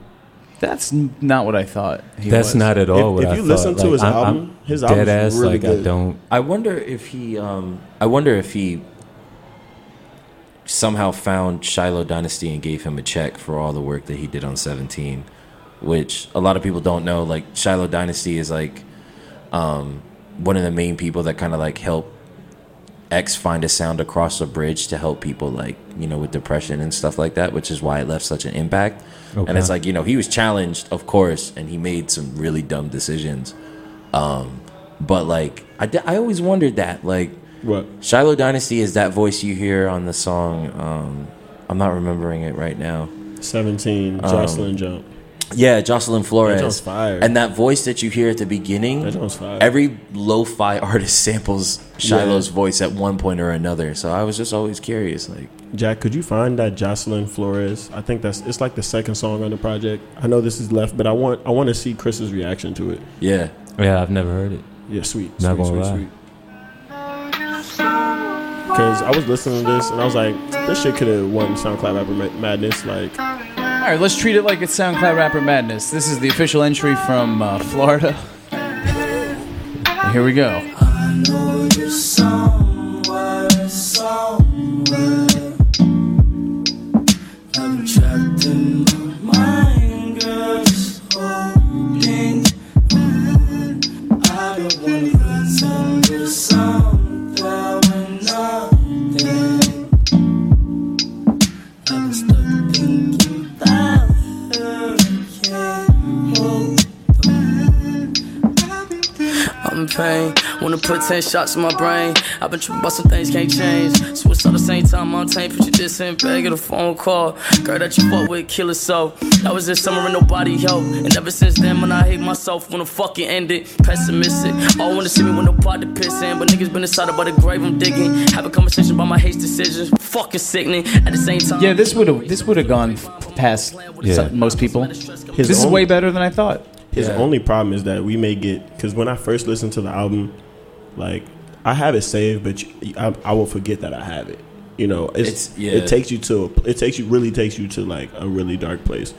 That's n- not what I thought. He
That's
was.
not at all
If-
what
if
I
you
thought.
listen to
Like,
his
I'm-
album,
I'm
his
dead
album's
ass,
really
like I
good.
don't.
I wonder if he. Um, I wonder if he somehow found Shiloh Dynasty and gave him a check for all the work that he did on Seventeen, which a lot of people don't know. Like Shiloh Dynasty is like um, one of the main people that kind of like help X find a sound across the bridge to help people like you know with depression and stuff like that, which is why it left such an impact. And
Okay.
it's like you know he was challenged, of course, and he made some really dumb decisions. Um, but like I, di- I always wondered that like
What?
Shiloh Dynasty is that voice you hear on the song. Um, I'm not remembering it right now.
17, Jocelyn Jump.
Yeah, Jocelyn Flores.
joint's fire.
And that voice that you hear at the beginning.
That joint's fire.
Every lo-fi artist samples Shiloh's
Yeah.
voice at one point or another. So I was just always curious, like,
Jack, could you find that Jocelyn Flores? I think that's it's like the second song on the project. I know this is left, but I want I want to see Chris's reaction to it.
yeah.
Yeah, I've never heard it.
Yeah, sweet, sweet,
Not gonna
sweet,
lie.
sweet. Because I was listening to this and I was like, this shit could have won SoundCloud Rapper Ma- Madness. Like,
All right, let's treat it like it's SoundCloud Rapper Madness. This is the official entry from uh, Florida. Here we go.
I'm in pain. Wanna put 10 shots in my brain. I've been tripping about some things can't change. Switch all the same time, I'm tame. Put your diss in bag get a phone call. Girl that you fuck with, kill it so. That was this summer and nobody helped. And ever since then, when I hate myself, wanna fucking end it. Pessimistic. All wanna see me with no pot to piss in. But niggas been inside about the grave I'm digging. Have a conversation about my hate decisions. Fucking sickening. At the same time,
Yeah, this would have this would have gone f- past
Yeah.
most people.
his
This is
only-
way better than I thought.
His
Yeah.
only problem is that we may get because when I first listened to the album, like I have it saved, but you- I, I will forget that I have it. You know, it's,
It's- yeah.
it takes you to it takes you really takes you to like a really dark place.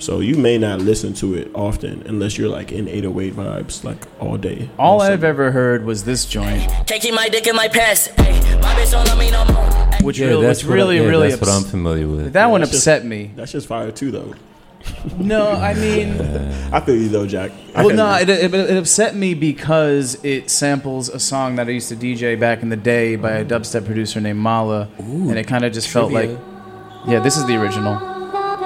So you may not listen to it often unless you're like in 808 vibes like all day.
All I've ever heard was this joint,
Can't keep my dick in my pants. ayy. my bitch don't love me no more. ayy.
which
Yeah,
really,
that's
which
what I-
really,
yeah,
really
that's what
ups-
I'm familiar with.
That one
That's just-
upset me.
That's just fire too though.
No, I mean,
I feel you though, Jack. I
well,
feel
no,
you.
it, it, it upset me because it samples a song that I used to DJ back in the day by a dubstep producer named Mala, and it kind of just felt like, yeah, this is the original.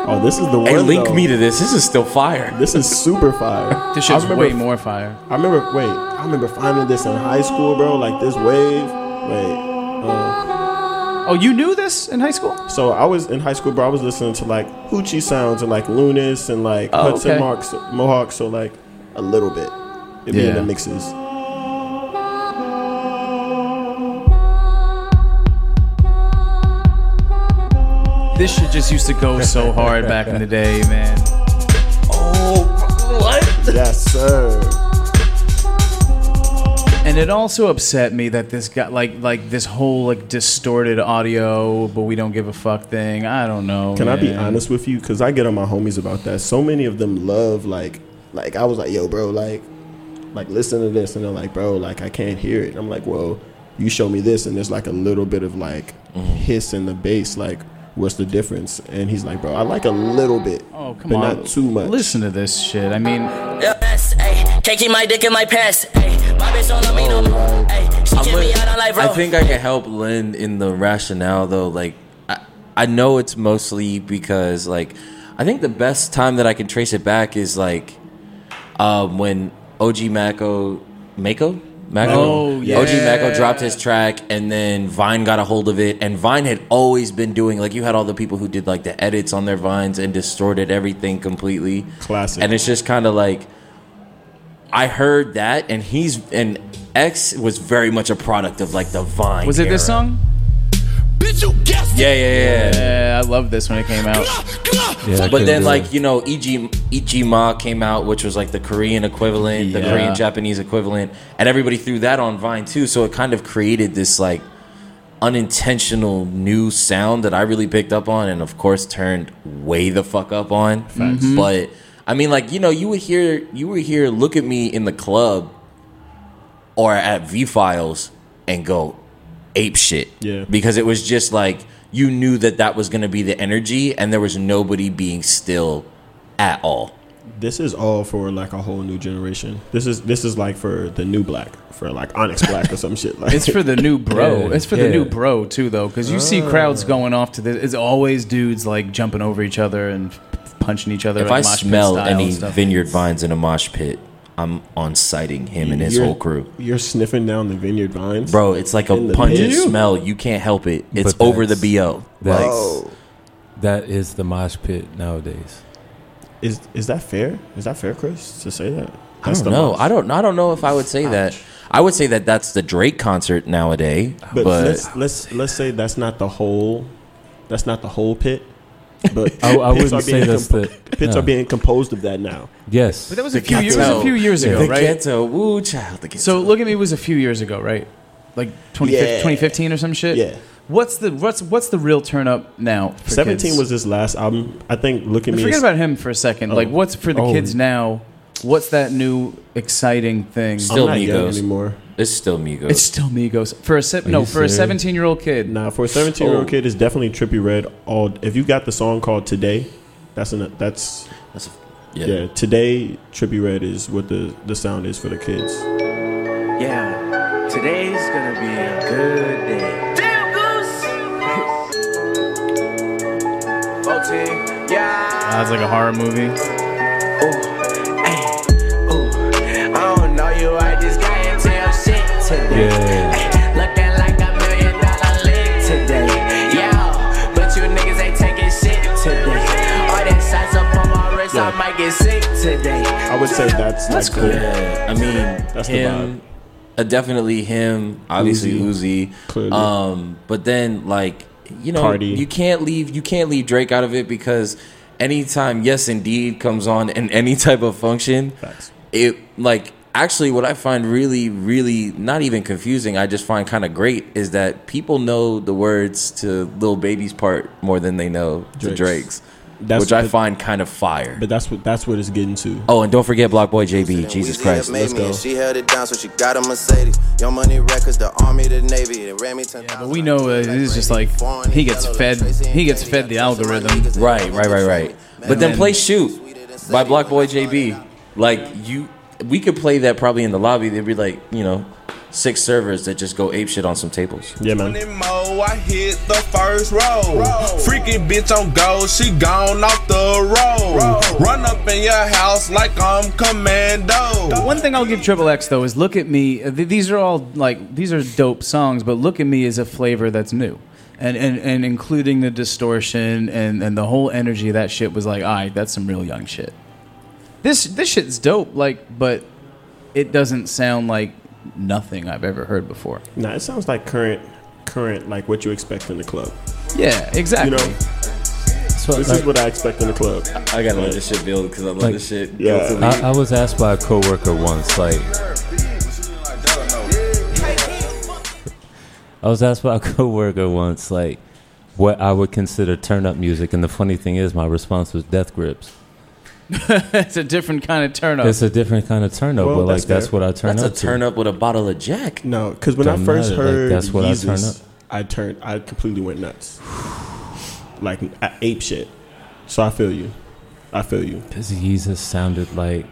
oh, this is the one.
Hey, link
though.
me to this. This is still fire.
This is super fire.
This
I
shit's
remember-
way more fire.
I remember. Wait, I remember finding this in high school, bro. Like this wave. Wait. Uh,
Oh, you knew this in high school?
So I was in high school, bro. I was listening to like Hoochie sounds and like Lunas and like
Oh,
Hudson
okay.
Marks, Mohawk. So like a little bit, it be in
Yeah.
the mixes.
This shit just used to go so hard back in the day, man.
Yes, sir.
And it also upset me that this guy, like, like this whole like distorted audio, but we don't give a fuck thing. I don't know.
Can I be
man.
honest with you? Because I get on my homies about that. So many of them love like, like I was like, yo, bro, like, like listen to this, and they're like, bro, like I can't hear it. I'm like, well, you show me this, and there's like a little bit of like
Mm-hmm.
hiss in the bass. Like, what's the difference? And he's like, bro, I like a little bit,
Oh, come
but
on.
not too much.
Listen to this shit. I mean,
Yeah, that's, ayy. Can't keep my dick in my pants. ayy. my bitch don't love me no more. ayy. she
Oh, I'm
kick
a-
me out on like, bro.
I think I can help Lynn in the rationale though. Like, I, I know it's mostly because like, I think the best time that I can trace it back is like, um, when OG Mako, Mako, Mako,
Oh, yeah.
OG Mako dropped his track, and then Vine got a hold of it, and Vine had always been doing like you had all the people who did like the edits on their vines and distorted everything completely.
Classic.
And it's just kind of like. I heard that, and he's and X was very much a product of like the Vine.
was it this
era.
song?
Bitch, you guessed it.
Yeah, yeah, yeah.
Yeah, I love this when it came out.
Yeah, I
But
couldn't
then,
do
like
it.
you know, EG EG Ma came out, which was like the Korean equivalent, the
Yeah.
Korean Japanese equivalent, and everybody threw that on Vine too. So it kind of created this like unintentional new sound that I really picked up on, and of course turned way the fuck up on. But I mean, like you know, you would hear you would hear "Look at Me" in the club or at V Files and go ape shit.
Yeah.
Because it was just like you knew that that was going to be the energy and there was nobody being still at all.
This is all for like a whole new generation. This is this is like for the new black, for like Onyx Black or some shit. Like
It's for the new bro.
Yeah,
it's for the
yeah.
new bro too, though, because you see crowds going off to this. It's always dudes like jumping over each other and punching each other.
If
in
I
mosh pit
smell
style and
any
stuff.
vineyard vines in a mosh pit, I'm on sighting him and his
You're-
whole crew.
You're sniffing down the vineyard vines,
Bro, it's like
In
a
the
pungent
pit?
smell. You can't help it. It's
But
over the
that's-
BO.
That's,
Oh,
that is the mosh pit nowadays.
is is that fair? Is that fair, Chris, to say that?
I don't know. I don't. I don't know if I would say that. I would say that that's the Drake concert nowadays. But,
But, let's let's let's say that's not the whole. That's not the whole pit. But
Oh,
I- I
pits
wouldn't
are
say
being
that's the-
pits
no.
are being composed of that now.
Yes.
But that was a few years. It was a
ghetto.
few years ago,
the
right?
ghetto, woo child, the ghetto.
So look at me was a few years ago, right? Like 20,
Yeah.
2015 or some shit.
Yeah.
What's the what's what's the real turn up now? For
Seventeen
kids?
was his last album. I think. Look at
And
me.
Forget
is-
about him for a second. Like, what's for the
Oh.
kids now? What's that new exciting thing?
Still-
I'm not young
Migos.
anymore.
it's still Migos.
It's still Migos for a se- no
you
for a
serious?
seventeen year old kid.
Nah, for a 17 year
Oh.
old kid, it's definitely Trippy Red. All if you got the song called Today, that's an that's
That's-
yeah. Today, Trippy Red is what the the sound is for the kids.
Yeah, today's gonna be a good day.
Damn goose. 14. Yeah.
That's like a horror movie.
Ooh, ay, ooh. I don't know you, I just got damn shit today.
Yeah.
Ay, Looking like a million dollar lick today. Yeah, but you niggas ain't taking shit today. All that size up on my wrist, I
Yeah.
might get sick today.
I would say that's
That's
like the-
Yeah, I mean,
That's the
him. uh, definitely him. Obviously Uzi.
Clearly.
Um, but then like you know,
Cardi.
you can't leave you can't leave Drake out of it because anytime Yes Indeed comes on in any type of function,
Facts.
it like actually what I find really really not even confusing. I just find kind of great is that people know the words to Lil Baby's part more than they know to
Drake's.
Drake's.
That's
which I
what-
find kind of fire.
But that's what that's what it's getting to.
Oh, and don't forget Block Boy JB. Jesus Christ,
made me, and she held it down, so she got a Mercedes. Your money records, the army, the navy, they ran me ten
But we know it is just like he gets fed. He gets fed the algorithm.
Right, right, right, right. But then play "Shoot" by Block Boy JB. Like you, we could play that probably in the lobby. There'd be like you know, six servers that just go ape shit on some tables.
Yeah, man.
Mo, I hit the first row. Freaking bitch on go, she gone off the road. Run up in your house like I'm commando.
One thing I'll give Triple X though is look at me. uh, th- These are all like these are dope songs, but look at me is a flavor that's new, and and, and including the distortion and, and the whole energy of that shit was like, all right, that's some real young shit. This this shit's dope, like, but it doesn't sound like nothing I've ever heard before.
Nah, it sounds like current, current like what you expect in the club.
Yeah, exactly.
You know, this is what I expect in the club.
I gotta let this shit build because I love
Like,
this shit. Guilty.
I, I was asked by a coworker once, like, I was asked by a coworker once, like, what I would consider turn up music, and the funny thing is, my response was Death Grips.
it's a different kind of turn up.
It's a different kind of turn up,
Well,
but like
Oh. that's
that's,
fair.
what I turn
That's
up.
a turn up with a bottle of Jack.
No, because when I
Don't
first
matter, like,
heard
that's what I turn
Yeezus, I turned, I completely went nuts. like I ape shit. So I feel you. I feel you.
Because Yeezus sounded like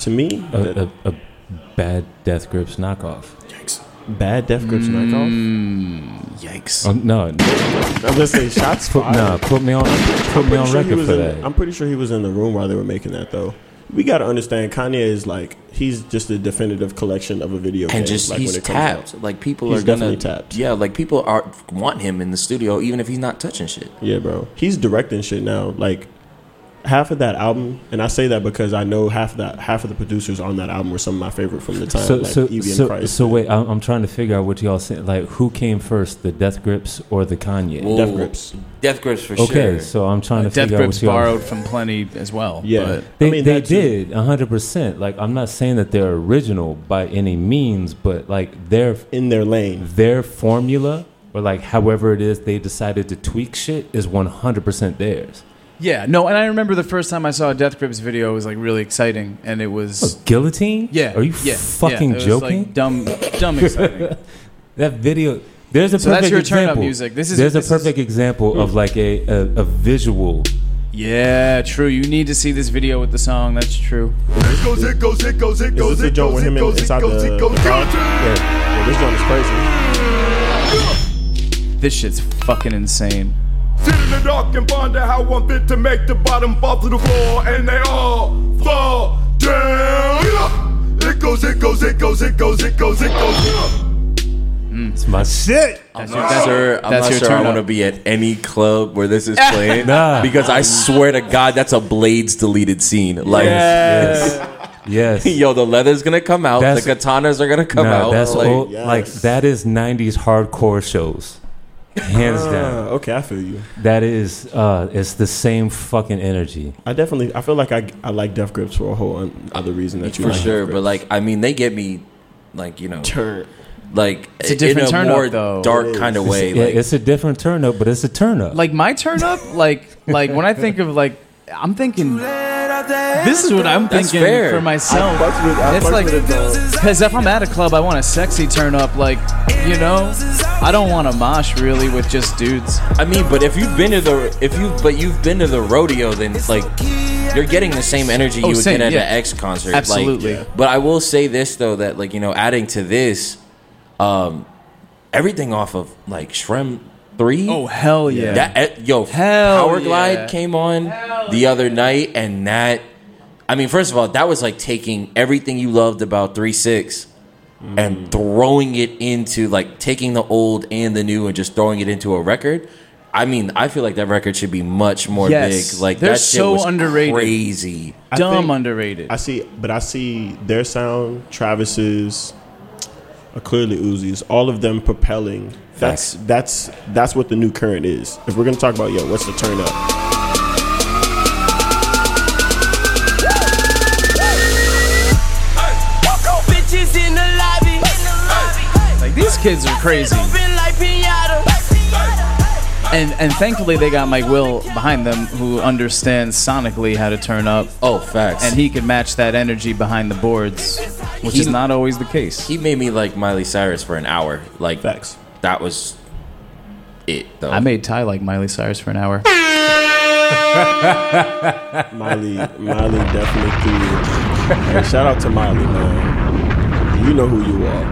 to me
a, a, a bad Death Grips knockoff.
Yikes! Bad Death Grips knockoff.
Yikes!
Oh, no,
I'm gonna say shots
Put-
fired.
nah, put me on- put me
pretty
on
he
record
was
for
in-
that.
I'm pretty sure he was in the room while they were making that though. We gotta understand, Kanye is like he's just a definitive collection of a video game.
and just
like,
he's
when it comes out.
tapped. Like people
He's
are gonna
definitely tapped.
Yeah, like people are want him in the studio even if he's not touching shit.
Yeah, bro. He's directing shit now. Like half of that album, and I say that because I know half that half of the producers on that album were some of my favorite from the time,
So,
like E
so,
Evie
so,
and Christ.
so wait, I'm, I'm trying to figure out what y'all saying. Like, who came first, the Death Grips or the Kanye?
Whoa. Death Grips. Death Grips for sure.
Okay, so I'm trying to
Uh, Death
figure
Grips
out what y'all.
borrowed from plenty as well. but-
they, they did 100%. Like, I'm not saying that they're original by any means, but like their
in their lane,
their formula or like however it is they decided to tweak shit is 100% theirs.
Yeah, no, and I remember the first time I saw a Death Grips video it was like really exciting, and it was
Guillotine?
yeah.
Are you
yeah,
fucking
yeah, it was, like,
joking?
dumb, dumb exciting.
that video. There's a
So that's
perfect
your turn-up
example.
music. This is-
there's
this
a perfect example of like a, a, a visual.
yeah, true. You need to see this video with the song. That's true.
Is this the joint with him in- inside the, the car? Yeah. yeah, this joint is crazy.
This shit's fucking insane.
Sit in the dark and ponder how I'm fit to make the bottom fall to the floor, and they all fall down. Get up. It goes, it goes, it goes, it goes, it goes, it goes. Get up.
It's my
shit.
That's
I'm not sure. I'm not sure I want to be at any club where this is playing.
Nah.
Because I swear to God, that's a Blades deleted scene. Like,
Yes, yes.
yo, the leather's gonna come out.
That's-
the katanas are gonna come
Nah,
out.
That's
like,
old, like that is '90s hardcore shows, hands
Ah,
down.
Okay, I feel you.
That is, uh, it's the same fucking energy.
I definitely, I feel like I, I like Death Grips for a whole un- other reason that you
for
like
sure.
Death
But like, I mean, they get me, like you know,
turn.
Like
It's a different
in a
turn up,
more
though. It
dark
is.
kind of
It's-
way.
yeah,
like,
it's a different turn up, but it's a turn up.
Like my turn up, like like when I think of like, I'm thinking. This is what I'm
That's
thinking
fair.
for myself.
I fucks with- I
it's
fucks
like
with it, though.
because if I'm at a club, I want a sexy turn up. Like you know, I don't want a mosh really with just dudes.
I mean, but if you've been to the if you but you've been to the rodeo, then it's like you're getting the same energy
Oh,
you would
same,
get at
yeah.
an X concert.
Absolutely. Yeah.
Like, but I will say this though that like you know adding to this, um, everything off of like Shrem three.
Oh, hell yeah.
That eh, yo
Hell
Power Glide
yeah.
came on the other night, and that I mean, first of all, that was like taking everything you loved about three six.
Mm.
And throwing it into like taking the old and the new and just throwing it into a record. I mean, I feel like that record should be much more
Yes.
big. Like
They're
that shit
so
was
underrated.
crazy.
Dumb underrated.
I see, but I see their sound, Travis's, uh, clearly Uzi's, all of them propelling. That's that's that's what the new current is. If we're gonna talk about yo, what's the turn up?
Bitches in the lobby.
Like these kids are crazy.
Open like pinata.
And and thankfully they got Mike Will behind them who understands sonically how to turn up.
Oh, facts.
And he can match that energy behind the boards, which
He-
is not always the case.
He made me like Miley Cyrus for an hour. Like That was it though.
I made Ty like Miley Cyrus for an hour.
Miley, Miley definitely threw you. Hey, shout out to Miley, man. You know who you are.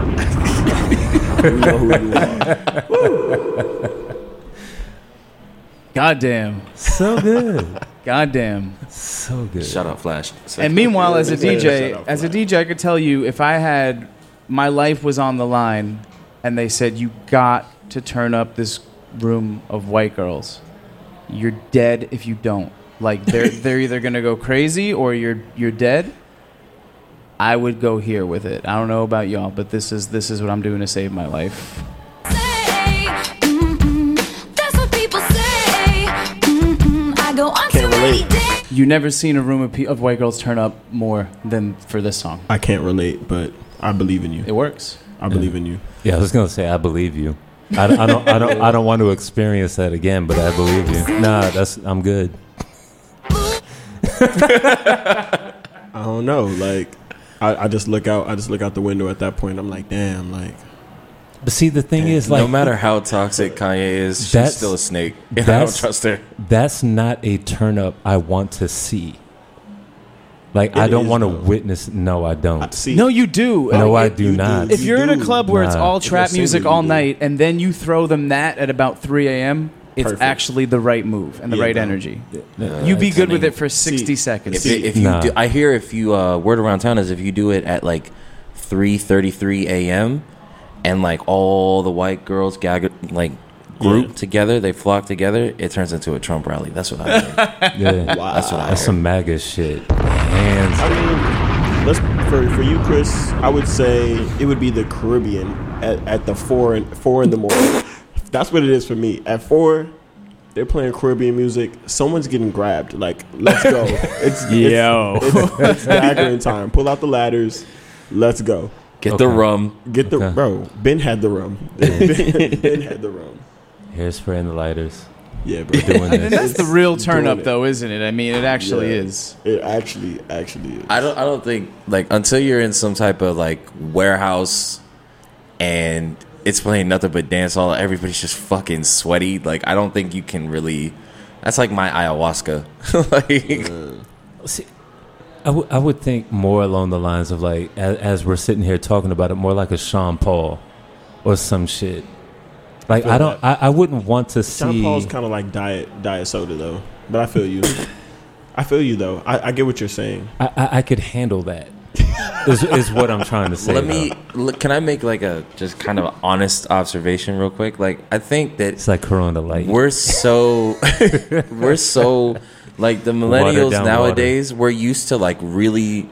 you know who you are.
Goddamn.
So good.
Goddamn.
So good.
Shut up, Flash.
And meanwhile, as a
Yeah,
DJ,
shut up,
as a DJ, I could tell you if I had my life was on the line, and they said you got to turn up this room of white girls, you're dead if you don't. Like they're they're either gonna go crazy or you're you're dead. I would go here with it. I don't know about y'all, but this is this is what I'm doing to save my life.
mm-hmm. That's what people say. Mm-mm, I go on too many days.
You never seen a room of, pe- of white girls turn up more than for this song.
I can't relate, but I believe in you. It
works.
I believe in you.
Yeah, I was gonna say I believe you. I, I don't. I don't. I don't want to experience that again. But I believe you. Nah, that's. I'm good.
I don't know. Like, I, I just look out. I just look out the window at that point. I'm like, damn. Like,
But see, the thing is, like,
no matter how toxic Kanye is, she's
That's-
still a snake. And I don't
that's-
trust her.
That's not a turn up I want to see. Like I
It
don't
is,
want to
though.
witness. No, I don't.
No, you do.
No,
Like,
I
if-
do not.
If you're in a club where it's
Nah.
all trap music all night, and then you throw them that at about 3 a.m., it's
Perfect.
actually the right move and the
Yeah,
right
no.
energy.
No,
you be
it's-
good
I
with
mean,
it for 60 seconds.
If, it- if you
Nah.
do, I hear if you uh, word around town is if you do it at like three thirty three a.m. and like all the white girls gag like group together, they flock together. It turns into a Trump rally. That's what I. Heard.
Yeah,
Wow.
that's what I. That's some MAGA shit. Hands.
I mean, let's for for you, Chris. I would say it would be the Caribbean at, at the four in, four in the morning. That's what it is for me. At four, they're playing Caribbean music. Someone's getting grabbed. Like, let's go. It's it's-
Yo.
It's, it's daggering time. Pull out the ladders. Let's go.
Get the Okay. rum.
Get the
Okay.
bro. Ben had the rum. ben, ben had the rum.
Hair spray and the lighters.
Yeah, bro.
We're doing
And then
this.
that's the real turn
doing
up,
it.
though, isn't it? I mean, it actually
Yeah.
is.
It actually actually is.
I don't. I don't think like until you're in some type of like warehouse and it's playing nothing but dance hall. Everybody's just fucking sweaty. Like I don't think you can really. That's like my ayahuasca. like
I would- I would think more along the lines of like as, as we're sitting here talking about it, more like a Sean Paul or some shit. Like
feel
I don't. I, I wouldn't want to see.
Sean Paul's kind of like diet diet soda though, but I feel you. I feel you though. I, I get what you're saying.
I, I, I could handle that. is, is what I'm trying to say.
Let me. Look, can I make like a just kind of honest observation real quick? Like I think that
It's like Corona Light.
we're so we're so like the millennials
Watered down
nowadays. We're used to like really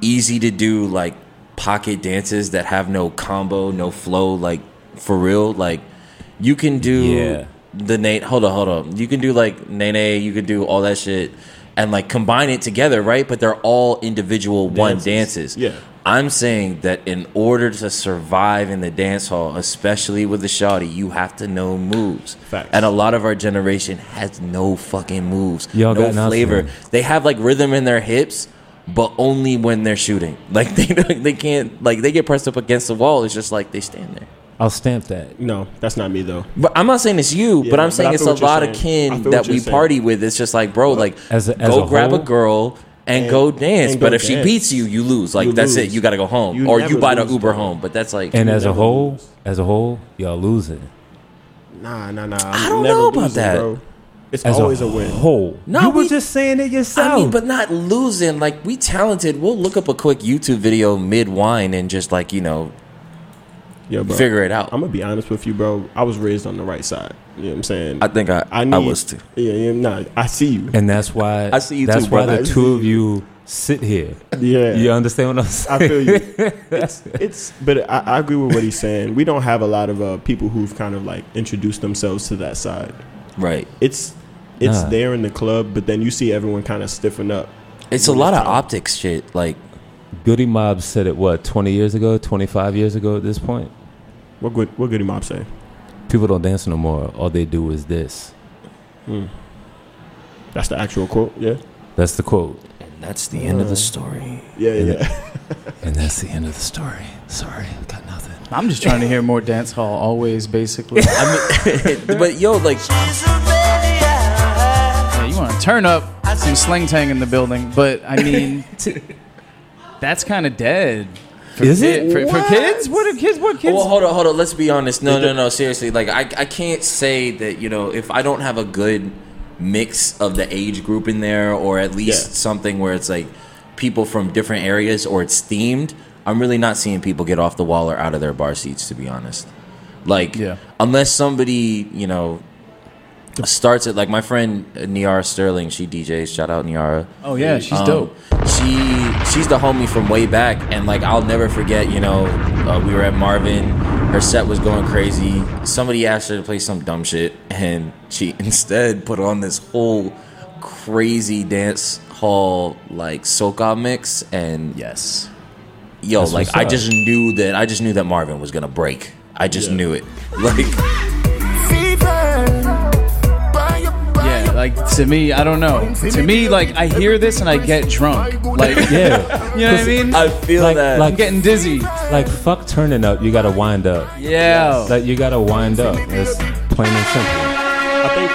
easy to do like pocket dances that have no combo, no flow. Like for real, like you can do
Yeah.
the Nate. Hold on, hold on. You can do like Nene. You can do all that shit and like combine it together, right? But they're all individual one dances.
Yeah.
I'm saying that in order to survive in the dance hall, especially with the shawty, you have to know moves.
Facts.
And a lot of our generation has no fucking moves,
Y'all
no
got nothing.
flavor. They have like rhythm in their hips, but only when they're shooting. Like they don't- they can't like they get pressed up against the wall. It's just like they stand there.
I'll stamp that.
No, that's not me though.
But I'm not saying it's you,
Yeah,
but I'm
but
saying
I
it's
feel
a
what you're
lot of
saying. I
kin
feel
that
what you're
we
saying.
party with. It's just like, bro, like
As a- as
go
a
grab
whole-
a girl and,
And-
go dance.
and
But
go
if she
dance.
beats you, you lose. Like
You
that's it.
lose.
You gotta go home,
You
or
never
you buy the
lose,
Uber
though.
home. But that's like
And as a
never
whole, as a whole, y'all losing.
Nah, nah, nah. I'm
I don't know about that.
It's
As
always a,
a
win.
whole.
No,
you were
we-
just saying it yourself.
I mean, but not losing. Like we talented. We'll look up a quick YouTube video mid wine and just like you know
Yo, bro.
figure it out.
I'm gonna be honest with you, bro. I was raised on the right side. You know what I'm saying?
I think I I,
need-
was too.
Yeah, yeah. Nah, I see you.
and that's why
I see you
that's
too,
why
brother.
the
I see
two of you sit here.
Yeah.
You understand what I'm saying?
I feel you. It's, it's but I, I agree with what he's saying. We don't have a lot of uh, people who've kind of like introduced themselves to that side.
Right.
It's it's
Nah.
there in the club, but then you see everyone kind of stiffen up.
It's a
When
lot
it's
of
time.
optics shit. Like
Goody Mob said it what, twenty years ago, twenty five years ago at this point?
What good? What Goody Mob say?
People don't dance no more. All they do is this.
Hmm. That's the actual quote. Yeah.
That's the quote.
And that's the end of
Uh.
the story.
Yeah, yeah. yeah.
and that's the end of the story. Sorry, I got nothing.
I'm just trying to hear more dance hall always, basically.
but yo, like,
Yeah, you want to turn up some sling tang in the building, but I mean, t- that's kind of dead. For
Is it?
For, for
What?
kids? What are kids? What kids?
Well, hold on, hold on. Let's be honest. No, no, no. Seriously, like I, I can't say that you know if I don't have a good mix of the age group in there, or at least
Yeah.
something where it's like people from different areas, or it's themed. I'm really not seeing people get off the wall or out of their bar seats, to be honest. Like, unless somebody you know starts it. Like my friend uh, Niara Sterling, she DJs. Shout out Niara. Um,
Oh, yeah, she's dope.
She she's the homie from way back, and like I'll never forget. You know, uh, we were at Marvin. Her set was going crazy. Somebody asked her to play some dumb shit, and she instead put on this whole crazy dance hall like soca mix. And
yes,
yo,
That's
like
what's
I
up.
just knew that I just knew that Marvin was gonna break. I just knew it. Like
Yeah, like to me, I don't know. To me, like I hear this and I get drunk. Like,
Yeah.
you know what I mean?
I feel
like,
that.
Like,
I'm getting dizzy.
like fuck turning up. You gotta wind up.
Yeah.
Like you gotta wind up. It's plain and simple.
I think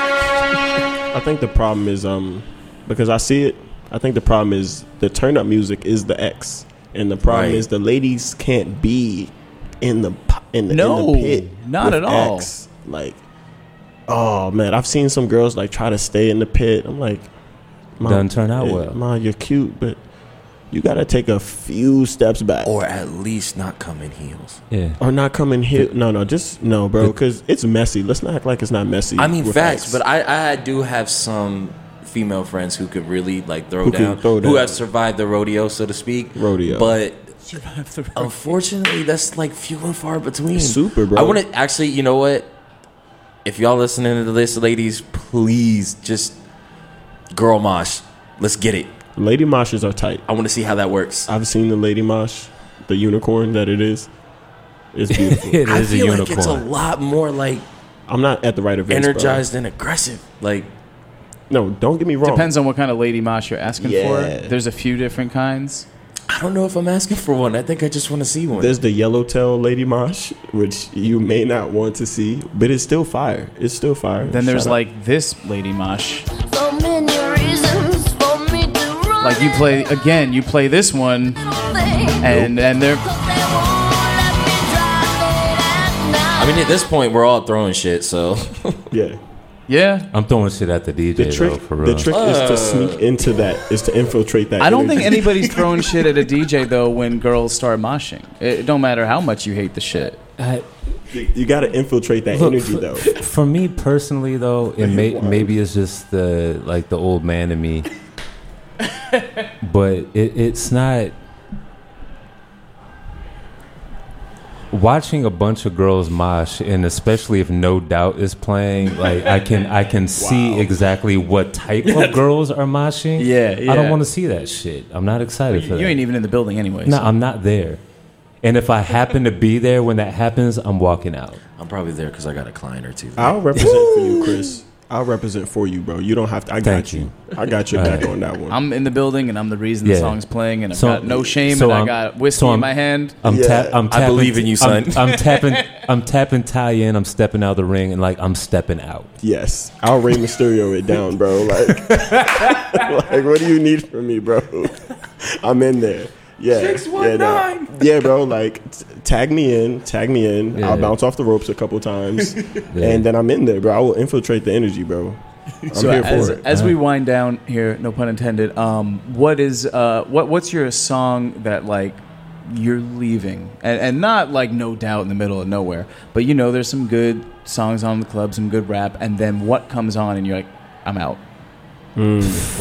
I think the problem is um because I see it. I think the problem is the turn up music is the X, and the problem
Right.
is the ladies can't be in the p- in the, in the
No,
pit.
not
with
at all.
X. Like, oh man, I've seen some girls like try to stay in the pit. I'm like, "Ma,
Doesn't turn out
eh,
well."
Ma, you're cute, but you gotta take a few steps back.
or at least not come in heels.
Yeah.
Or not coming here. No, no, just no, bro. Because it's messy. Let's not act like it's not messy.
I mean,
with
facts,
X.
but I, I do have some female friends who could really like throw
Who can
down,
throw
who
down.
have survived the rodeo, so to speak.
Rodeo.
but unfortunately, that's like few and far between.
Super, bro.
I want to actually, you know what? If y'all listening to this, ladies, please just girl mosh. Let's get it.
lady moshes are tight.
I want to see how that works.
I've seen the lady mosh, the unicorn that it is. It's beautiful.
It
I
is a
feel like
unicorn.
it's a lot more like
I'm not at the right events. bro.
energized and aggressive. Like
No, don't get me wrong.
Depends on what kind of lady mosh you're asking
Yeah.
for. There's a few different kinds.
I don't know if I'm asking for one. I think I just want to see one.
There's the yellowtail lady mosh, which you may not want to see, but it's still fire. It's still fire.
Then there's
Shout out.
like this lady mosh.
So many reasons for me to run.
Like you play again, you play this one, and and they're
I mean, at this point, we're all throwing shit, so.
yeah.
yeah.
I'm throwing shit at the DJ
The trick,
though, for real.
the trick is to sneak into that, is to infiltrate that.
I don't think
energy.
anybody's throwing shit at a DJ though when girls start moshing. It it don't matter how much you hate the shit.
I-
you got to infiltrate that
Look,
energy
for-
though.
Uh, For me personally, though, it may, maybe it's just the like the old man in me, but it, it's not. Watching a bunch of girls mosh, and especially if No Doubt is playing, like I can I can see exactly what type of girls are moshing.
Yeah,
I don't
yeah.
want to see that shit. I'm not excited for that.
You ain't even in the building anyway.
no,
so-
I'm not there. And if I happen to be there when that happens, I'm walking out.
I'm probably there because I got a client or two.
I'll represent for you, Chris. I'll represent for you, bro. You don't have to. I got
Thank
you. I got your back on that one.
I'm in the building and I'm the reason the
Yeah.
song's playing and I've
So-
got no shame
so
and i
I'm-
got whiskey
so
in
I'm-
my hand.
I'm
Yeah.
tap. I'm
I
tapping,
believe in you,
I'm-
son.
I'm, tapping. I'm tapping Ty in. I'm stepping out of the ring and like I'm stepping out.
Yes, I'll Rey Mysterio it down, bro. Like, like, what do you need from me, bro? I'm in there. Yeah, yeah, no. yeah, bro. Like, t- tag me in, tag me in.
Yeah.
I'll bounce off the ropes a couple times, and then I'm in there, bro. I will infiltrate the energy, bro. I'm
So
here
as,
for it.
as we wind down here, no pun intended. Um, what is uh, what what's your song that like you're leaving and, and not like no doubt in the middle of nowhere, but you know there's some good songs on the club, some good rap, and then what comes on and you're like I'm out.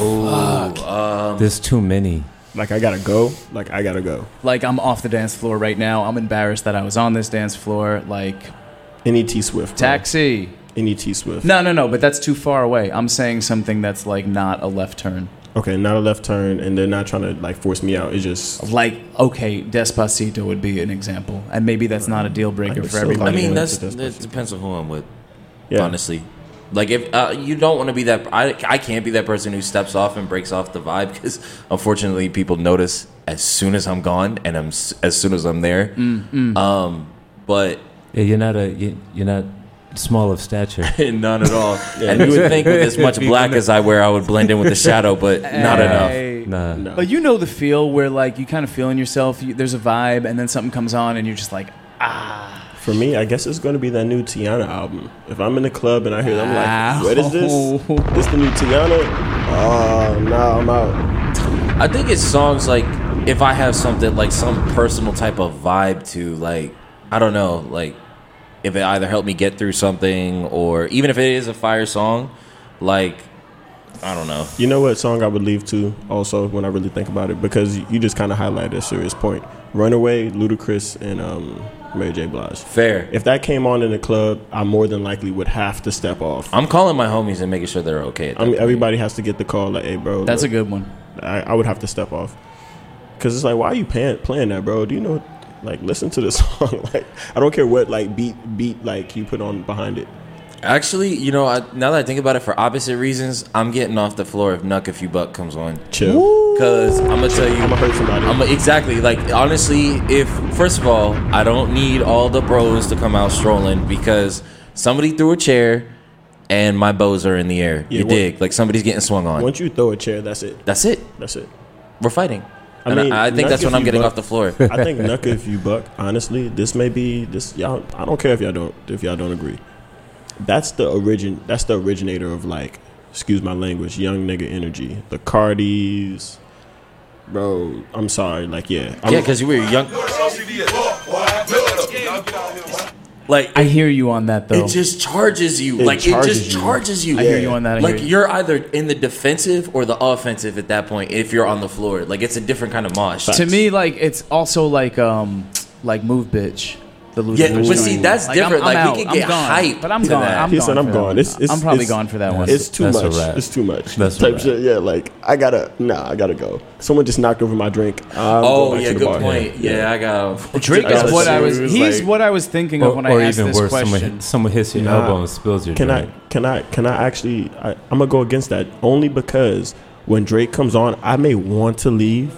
Um,
There's too many.
Like, I gotta go. Like, I gotta go.
Like I'm off the dance floor right now. I'm embarrassed that I was on this dance floor. Like
Any T Swift, bro.
taxi.
Any T Swift.
No, no, no. But that's too far away. I'm saying something that's like not a left turn.
Okay, not a left turn, and they're not trying to like force me out. It's just
like okay, Despacito would be an example, and maybe that's not a deal breaker for everybody.
I mean, that's that depends on who I'm with.
Yeah.
Honestly, like if uh, you don't want to be that, I I can't be that person who steps off and breaks off the vibe because unfortunately people notice as soon as I'm gone and I'm s- as soon as I'm there.
Mm, mm.
Um, but
Yeah, you're not a you- you're not small of stature.
None at all. and you would think with as much black as I wear, I would blend in with the shadow, but not
Hey.
enough.
Nah.
But you know the feel where like you kind of feeling yourself. You, there's a vibe, and then something comes on, and you're just like,
for me. I guess it's going to be that new Tiana album. If I'm in the club and I hear, it, I'm like, what is this? This the new Tiana? Oh no, I'm out.
I think it's songs like if I have something like some personal type of vibe to like I don't know like if it either helped me get through something or even if it is a fire song like I don't know
You know what song I would leave to also when I really think about it because you just kind of highlighted a serious point. Runaway, Ludacris, and um, Mary J. Blige.
Fair.
If that came on in the club, I more than likely would have to step off.
I'm calling my homies and making sure they're okay at
I mean, everybody has to get the call like, "Hey, bro."
That's
look,
a good one.
I, I would have to step off because it's like, why are you pan- playing that, bro? Do you know? Like, listen to the song. like, I don't care what like beat beat like you put on behind it.
Actually, you know, I, now that I think about it, for opposite reasons, I'm getting off the floor if Nuck If You Buck comes on.
Chill.
Because I'm going to tell you. I'm going to
hurt somebody.
exactly. Like, honestly, if, first of all, I don't need all the bros to come out strolling because somebody threw a chair and my bows are in the air.
Yeah,
you
what-
dig? Like, somebody's getting swung on.
Once you throw a chair, that's it.
That's it.
That's it.
We're fighting. And I, I think
Nuck
that's
If
when I'm
You
getting
Buck-
off the floor.
I think Nuck if you buck, honestly, this may be this y'all I don't care if y'all don't if y'all don't agree. That's the origin that's the originator of like, excuse my language, young nigga energy. The Cardis Bro, I'm sorry, like yeah. I'm,
Yeah, because you were young. Like
I hear you on that though.
It just charges you.
Um, It
like
charges
it just
you.
charges you.
I hear you on that, I
like
hear you.
are either in the defensive or the offensive at that point. If you're on the floor, like it's a different kind of mosh.
to me, like it's also like um like move bitch. The Ludacris
Yeah, but
joint.
see, that's
Like, I'm-
different.
I'm
Like, we
out.
could
I'm
get
gone.
hype
but I'm
to
gone.
that.
I'm
he
gone.
said I'm
for that
gone.
one.
It's, it's,
I'm probably
it's-
gone for that one.
It's too
That's a
much.
wrap.
It's too much.
That's a
type
wrap.
shit. Yeah, like I gotta nah, I gotta go. Someone just knocked over my drink. I'm
oh
going back
yeah,
to the
good
bar.
point. Yeah, I got
Drake is what I was. He's what I was thinking of when I asked this
someone,
question.
hit- someone hits your
Nah.
elbow and spills your
Can
drink.
I can I can I actually I, I'm gonna go against that only because when Drake comes on, I may want to leave,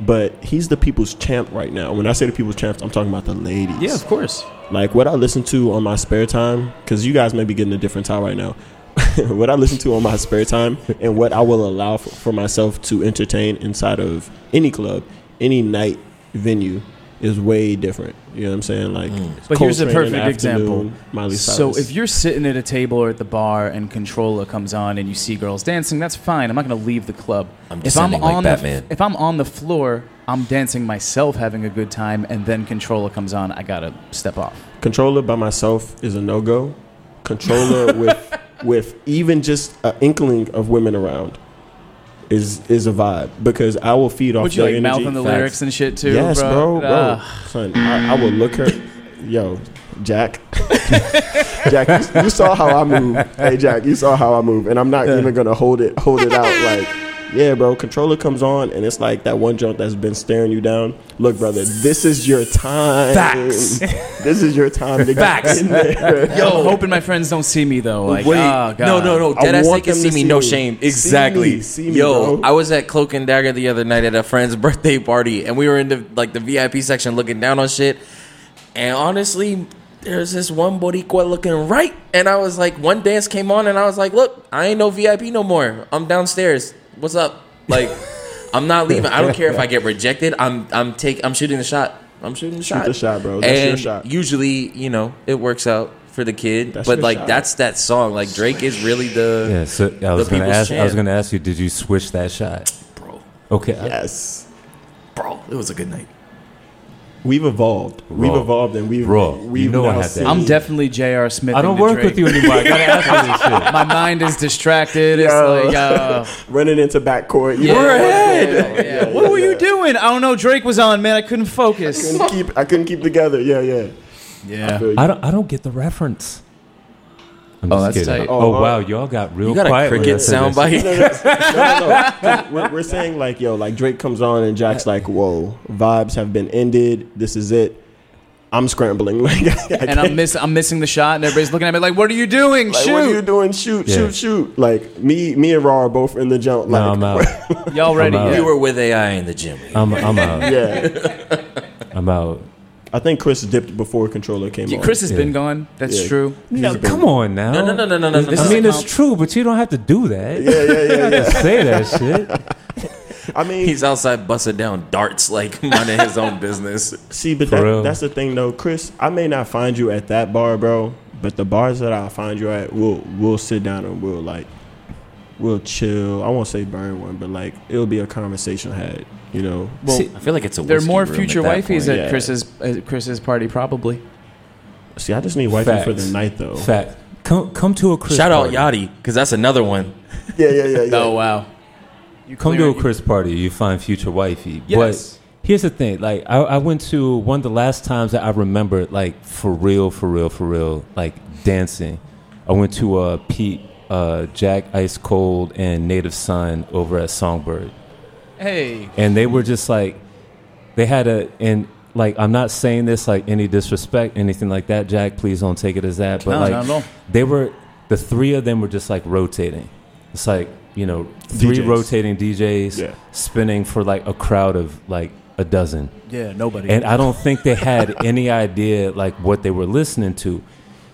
but he's the people's champ right now. When I say the people's champ, I'm talking about the ladies.
Yeah, of course.
Like what I listen to on my spare time, because you guys may be getting a different time right now. what I listen to on my spare time and what I will allow for, for myself to entertain inside of any club, any night venue is way different. You know what I'm saying? Like,
But here's a
Coltrane in the
perfect example.
afternoon, Miley
so
Cyrus.
if you're sitting at a table or at the bar and Controller comes on and you see girls dancing, that's fine. I'm not going to leave the club.
I'm
if I'm
descending like
on
Batman.
the if I'm on the floor, I'm dancing myself, having a good time, and then Controller comes on, I gotta step off.
controller by myself is a no go. Controller with with even just an inkling of women around is is a vibe because I will feed off
Would you
your
like
energy.
mouthing the lyrics and shit too?
yes, bro,
bro. Ah.
bro,
Ugh.
son. I, I will look her. Yo, Jack, Jack, you, you saw how I move. Hey, Jack, you saw how I move, and I'm not even gonna hold it hold it out like. Yeah, bro. Controller comes on, and it's like that one junk that's been staring you down. Look, brother, this is your time.
Facts.
This is your time to
Facts.
get in there.
Yo, hoping my friends don't see me though. Like,
Wait,
oh, God.
no, no, no.
I
Dead ass they
want
can
them
see
to
me,
see
no
me.
shame.
See
Exactly.
me, see me,
Yo,
bro.
I was at Cloak and Dagger the other night at a friend's birthday party, and we were in the like the VIP section looking down on shit. And honestly, there's this one Boricua looking right, and I was like, one dance came on, and I was like, look, I ain't no VIP no more. I'm downstairs. What's up? Like, I'm not leaving. I don't care if I get rejected. I'm I'm take I'm shooting the shot. I'm shooting the
Shoot
shot.
the shot, bro. That's your
and
shot.
Usually, you know, it works out for the kid,
That's
but
your
like
shot.
that's that song. Like Drake is really the
Yeah, so I
the
was gonna
people's
ask. I was
champ.
gonna ask you, did you switch that shot,
Bro.
Okay.
Yes.
Bro, it was a good night.
We've evolved. We've
Raw.
evolved, and we've
Raw. You
we've
know I
now
have
seen-
that.
I'm definitely J.R. Smith.
I don't
into
work
Drake.
with you anymore. I gotta ask you this shit.
My mind is distracted. It's like, uh,
running into backcourt. You
Yeah.
know,
We're
ahead.
what were you doing? I don't know. Drake was on, man. I couldn't focus.
Couldn't keep. I couldn't keep together. Yeah, yeah.
Yeah.
feel you.
I don't. I don't get the reference. I'm
Oh,
just
that's
kidding.
tight.
Oh,
Oh,
wow,
oh.
y'all got real
You got a
quiet. when
cricket
I said
sound
that shit.
bite?
no, no, no. We're, we're saying like, yo, like Drake comes on and Jack's like, whoa, vibes have been ended. This is it. I'm scrambling. Like, I
and I'm
can't-
miss I'm missing the shot, and everybody's looking at me like, "What are you doing?
Like,
Shoot!
what are you doing? Shoot,
Yeah.
shoot, shoot. Like me, me and Raw are both in the jump. Like,
I'm
out. Y'all ready?
out.
We were with AI in the gym.
I'm, I'm out.
Yeah.
I'm out.
I think Chris dipped before controller came
Yeah,
on.
Chris has been gone. That's
Yeah.
true.
No,
He's been-
come on now.
No, no, no, no, no, no,
This-
no,
I
no.
mean, it's true, but you don't have to do that. Yeah, yeah, yeah. You don't have to say that shit.
I mean,
he's outside busting down darts like minding his own business.
See, but
For
that,
real.
that's the thing, though, Chris. I may not find you at that bar, bro, but the bars that I find you at, we'll we'll sit down and we'll like, we'll chill. I won't say burn one, but like it'll be a conversation had. You know,
Well,
I feel like it's a
There are
whiskey
more
room
future
at that
wifeys
point.
at Chris's at Chris's party, probably.
See, I just need wifey
Fact.
for the night, though.
Fact. Come, come to a Chris
Shout out
party.
Yachty because that's another one.
Yeah, yeah, yeah, yeah.
Oh wow! You
Come to
clear-
a Chris party, you find future wifey.
Yes.
But here's the thing: like, I, I went to one of the last times that I remembered, like, for real, for real, for real, like dancing. I went to uh, Pete, uh, Jack, Ice Cold, and Native Son over at Songbird,
Hey,
and they were just like, they had a and. Like I'm not saying this like any disrespect, anything like that, Jack. Please don't take it as that. But
No,
like
not at all.
they were, the three of them were just like rotating. It's like you know, three
DJs.
rotating DJs
Yeah.
spinning for like a crowd of like a dozen.
Yeah, nobody.
And I don't think they had any idea like what they were listening to.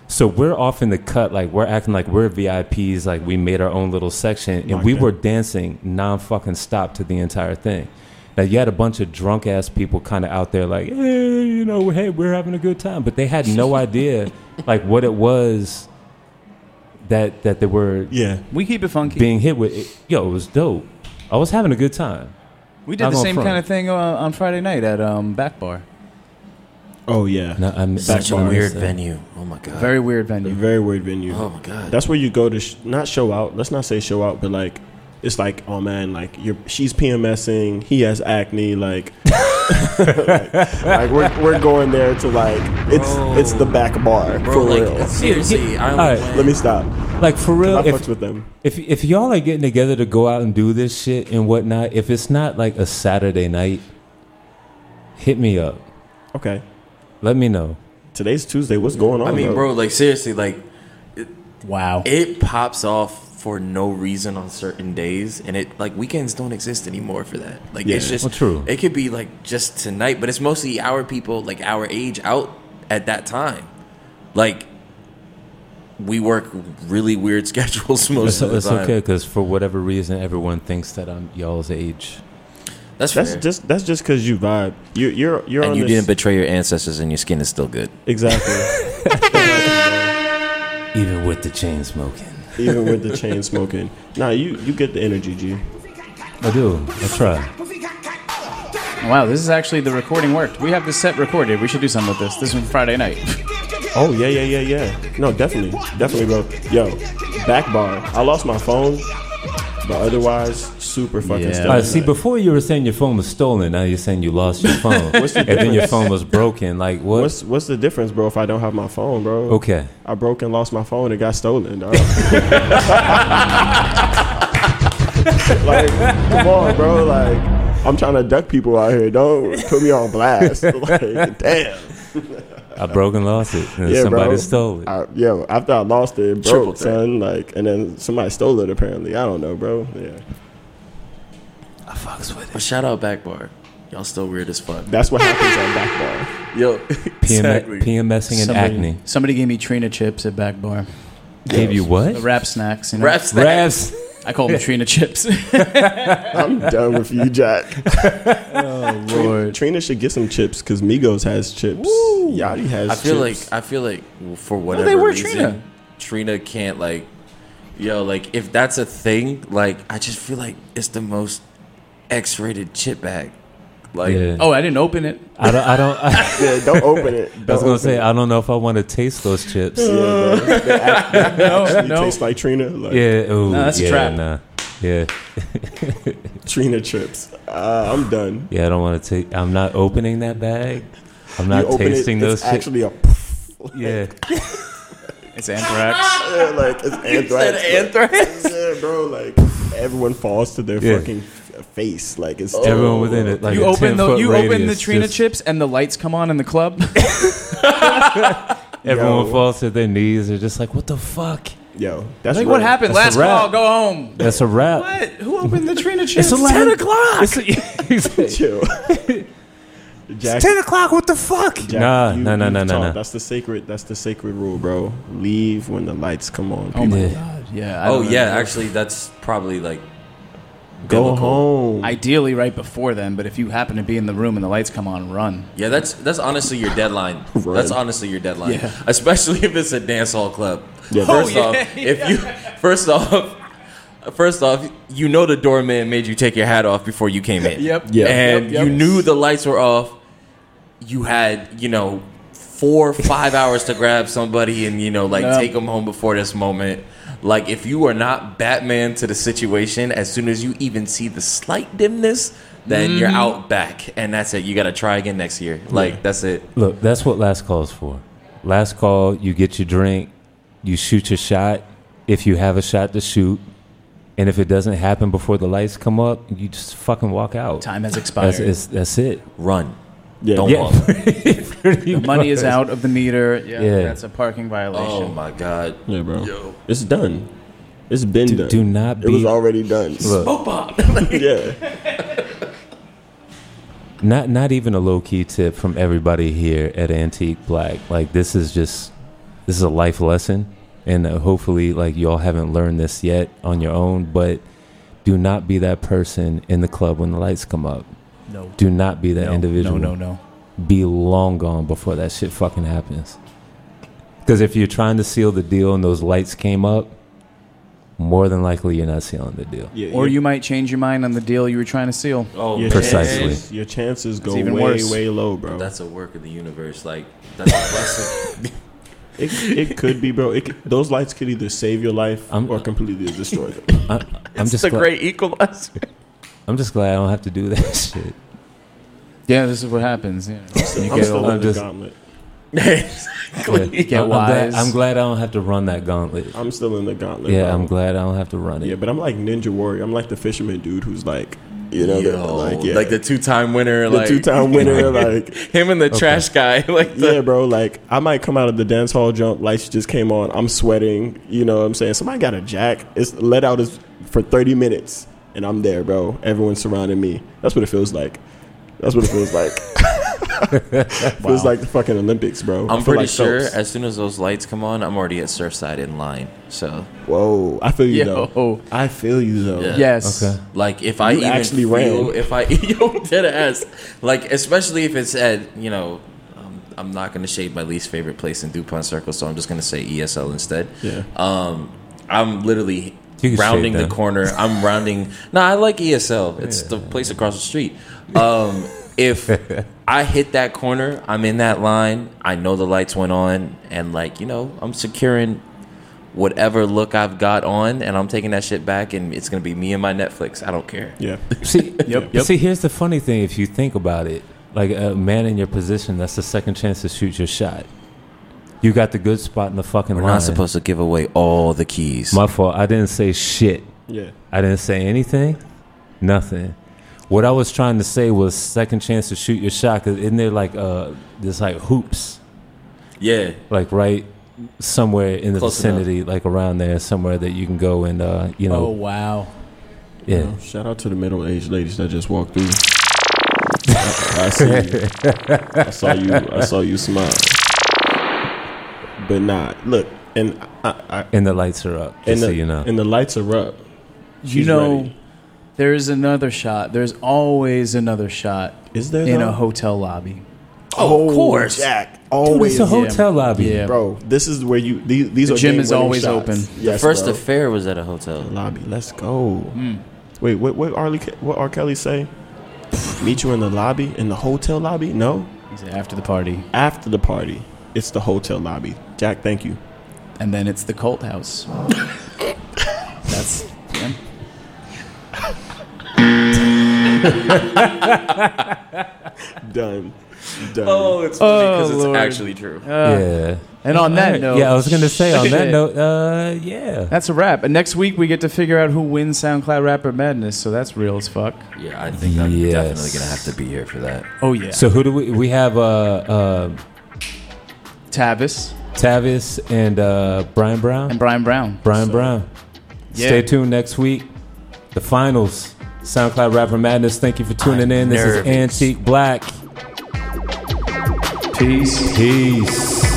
So we're off in the cut, like we're acting like we're VIPs, like we made our own little section, and
Locked
we
in.
were dancing non fucking stop to the entire thing. Now you had a bunch of drunk ass people kind of out there, like, hey, you know, hey, we're having a good time, but they had no idea like what it was that that they were
Yeah.
we keep it funky.
being hit with. It, yo, it was dope. I was having a good time.
we did
not
the
gonna
same
front.
kind of thing uh, on Friday night at um, Back Bar.
Oh yeah.
No, I'm
Such a
back uh, bar,
weird
so-
venue. Oh my god.
Very weird venue.
Very weird venue.
Oh my god.
That's where you go to sh- not show out. Let's not say show out, but like it's like oh man, like you're she's PMSing, he has acne, like like, we're we're going there to like it's
Bro.
it's the back bar
Bro,
for
like
real.
seriously, I don't
All right.
Let me stop.
Like for real,
I
if,
fucked with them.
if if y'all are getting together to go out and do this shit and whatnot, if it's not like a Saturday night, hit me up.
Okay.
Let me know.
Today's Tuesday. What's going on?
I mean, bro, like seriously, like
Wow.
it pops off for no reason on certain days, and it like weekends don't exist anymore for that. Like it's
Yeah.
just
Well, true.
It could be like just tonight, but it's mostly our people, like our age, out at that time. Like we work really weird schedules most
It's,
of the
it's
time.
okay because for whatever reason, everyone thinks that I'm y'all's age.
That's,
That's
fair.
just that's just because you vibe. You, you're you're
and
on
you
this
didn't betray your ancestors, and your skin is still good.
exactly.
Even with the chain smoking,
Even with the chain smoking, nah, you you get the energy, G.
I do. I try.
Wow, this is actually the recording worked. We have the set recorded. We should do something with this. This is Friday night.
Oh yeah, yeah, yeah, yeah. No, definitely, definitely, bro. Yo, back bar. I lost my phone, but otherwise, super fucking.
Yeah.
Yeah.
Uh, see, before you were saying your phone was stolen, now you're saying you lost your phone,
What's the
and then your
difference?
phone was broken. Like what?
what's what's the difference, bro? If I don't have my phone, bro.
okay.
I broke and lost my phone. It got stolen. dog. like, come on, bro. Like, I'm trying to duck people out here. Don't put me on blast. Like, damn.
I broke and lost it, and
Yeah,
somebody
bro.
stole it.
I, yo, after I lost it, it
Triple
broke, son. Like, and then somebody stole it. Apparently, I don't know, bro. Yeah,
I fucks with it.
But shout out back bar, y'all still weird as fuck.
that's what happens on back bar.
Yo,
PM-
exactly.
PMSing and
Somebody-
acne.
Somebody gave me Trina chips at Back Bar.
Gave you
The
what?
wrap snacks. You know?
Raps that.
Raps.
I call them Trina chips.
I'm done with you, Jack.
oh lord.
Trina should get some chips because Migos has chips. Yachty has.
I feel
chips.
like I feel like for
they
whatever
were
reason,
Trina.
Trina. can't like, yo, like if that's a thing, like I just feel like it's the most X-rated chip bag. Like,
Yeah.
Oh, I didn't open it.
I don't. I don't. I,
yeah, don't open it. Don't
was gonna
open
say
it.
I don't know if I want to taste those chips.
Yeah,
Mm-hmm.
bro.
yeah.
They act- they actually
no.
taste like Trina. Like
No,
ooh,
that's a
yeah,
trap.
Nah. Yeah.
Trina chips. Uh, I'm done.
Yeah. I don't want to take. I'm not opening that bag. I'm
You
not
open it,
tasting
it's
those chips.
Actually, a
Yeah.
It's anthrax.
yeah, like it's anthrax. anthrax. yeah, bro. Like everyone falls to their
Yeah.
fucking f- face. Like it's Oh.
Everyone within it, like
you open the
10-foot
you open the
radius,
Trina
just-
chips and the lights come on in the club.
Everyone falls to their knees. They're just like, what the fuck?
Yo,
like what happened last
That's a wrap.
call. Go home.
That's a wrap.
What? Who opened the Trina chips?
It's 11.
o'clock.
It's a- he's like-
chill. Jack,
o'clock. What the fuck?
Jack,
nah,
you-
nah, nah,
you've
nah, nah,
taught-
nah.
That's the sacred. That's the sacred rule, bro. Leave when the lights come on.
Oh my
people.
god. Yeah. I
Oh
don't
yeah,
know.
actually, that's probably like
Go
biblical.
home.
Ideally, right before then, but if you happen to be in the room and the lights come on, run.
Yeah, that's that's honestly your deadline.
Right.
That's honestly your deadline,
Yeah.
especially if it's a dance hall club.
Yeah,
first
Oh,
off,
yeah,
if you first off, first off, you know the doorman made you take your hat off before you came in.
Yep.
Yep.
And
Yep, yep.
you knew the lights were off. You had you know four or five hours to grab somebody and you know like
Yeah.
take them home before this moment. Like if you are not Batman to the situation, as soon as you even see the slight dimness. Then you're
Mm-hmm.
out back, and that's it. You got to try again next year. Like that's it.
Look, that's what last call is for. Last call, you get your drink, you shoot your shot. If you have a shot to shoot, and if it doesn't happen before the lights come up, you just fucking walk out.
Time has expired.
That's, it's, that's it.
Run.
Yeah.
Don't
Yeah.
walk.
the
the money is out of the meter. Yeah,
Yeah.
that's a parking
Oh
violation.
my god.
Yeah, bro. It's done. It's been
Do,
done.
do not
It was
be
already done.
look,
yeah.
not not even a low key tip from everybody here at Antique Black. Like this is just this is a life lesson, and uh, hopefully, like y'all haven't learned this yet on your own. But do not be that person in the club when the lights come up.
No.
Do not be that
no,
individual.
No, no, no.
Be long gone before that shit fucking happens. Because if you're trying to seal the deal and those lights came up, more than likely you're not sealing the deal.
yeah
Or
your-
you might change your mind on the deal you were trying to seal.
Oh,
your
Precisely.
chances- your chances go
even
way
worse.
way low, bro.
That's a work of the universe. Like that's a blessing.
It, it could be, bro. It, could- those lights could either save your life
I'm-
or completely destroy them.
I, I'm just gla-
equalizer.
I'm just glad I don't have to do that shit.
Yeah, this is what happens. Yeah.
I'm
get
still
all-
in the
just-
gauntlet.
exactly.
I'm, glad,
wise.
I'm glad I don't have to run that gauntlet.
I'm still in the gauntlet.
Yeah,
bro.
I'm glad I don't have to run it.
Yeah, but I'm like Ninja Warrior. I'm like the fisherman dude who's like, you know, the-
Yo,
like yeah,
the two-time winner,
the
like
two-time winner. like,
him and the trash guy, like the,
yeah, bro. Like, I might come out of the dance hall jump. Lights just came on. I'm sweating. You know, what I'm saying somebody got a jack. It's let out is for 30 minutes, and I'm there, bro. Everyone's surrounding me. That's what it feels like. That's what it feels like. Feels like the fucking Olympics, bro. I
I'm
feel
pretty
like
sure
Phelps.
as soon as those lights come on, I'm already at Surfside in line. So
Whoa, I feel you
Yo.
though. I feel you though.
Yeah.
Yes.
Okay.
Like if I
You
even
actually
feel,
ran.
if I yo dead ass, like especially if it's at you know, um, I'm not gonna shade my least favorite place in Dupont Circle, so I'm just gonna say ESL instead.
Yeah.
Um, I'm literally
You can
rounding
shade
the
that.
corner. I'm rounding. No, I like ESL. It's the place across the street. Um, if I hit that corner, I'm in that line. I know the lights went on, and like you know, I'm securing whatever look I've got on, and I'm taking that shit back, and it's gonna be me and my Netflix. I don't care.
Yeah.
See,
Yep, yep.
see, here's the funny thing. If you think about it, like a man in your position, that's the second chance to shoot your shot. You got the good spot in the fucking
We're
line.
not supposed to give away all the keys.
My fault. I didn't say shit.
Yeah.
I didn't say anything. Nothing. What I was trying to say was second chance to shoot your shot. Cause isn't there like uh, there's like hoops,
yeah,
like right somewhere in the
Close
vicinity, like around there, somewhere that you can go and uh, you
Oh
know,
wow.
yeah.
Well, shout out to the middle aged ladies that just walked through. I, I see you. I saw you. I saw you smile. But nah, look, and I, I,
And the lights are up. Just
and
so
the,
you know.
and the lights are up.
You
She's
know,
ready.
there's another shot. There's always another shot
Is there
in
though?
a hotel lobby.
Oh, of course.
Jack.
Dude,
Always,
it's a hotel
yeah.
lobby.
Yeah.
bro. This is where you. These, these
The
are
gym
game
is
winning
always
shots.
open.
Yes,
First
bro.
affair was at a hotel.
lobby. Let's go.
Mm.
Wait, what? What? Arlie, what? R. Kelly say? Meet you in the lobby in the hotel lobby? No,
He said, After the party,
after the party. It's the hotel lobby. Jack, thank you.
and then it's the cult house. That's yeah.
Done. Done.
it's funny
'cause it's Lord.
actually true.
Uh, yeah.
Oh, And on that
Alright.
note,
Yeah, I was gonna say, on that
shit.
note, uh, yeah.
that's a wrap. And next week we get to figure out who wins SoundCloud Rapper Madness, so that's real as fuck.
Yeah, I think I'm
Yes.
definitely gonna have to be here for that.
Oh yeah.
So who do we we have? Uh, uh,
Tavis.
Tavis and uh, Brian Brown. And
Brian Brown.
Brian Brown.
Yeah.
Stay tuned next week. The finals. SoundCloud Rapper Madness. Thank you for tuning in. This is
nervous.
Antique Black. Peace. Peace.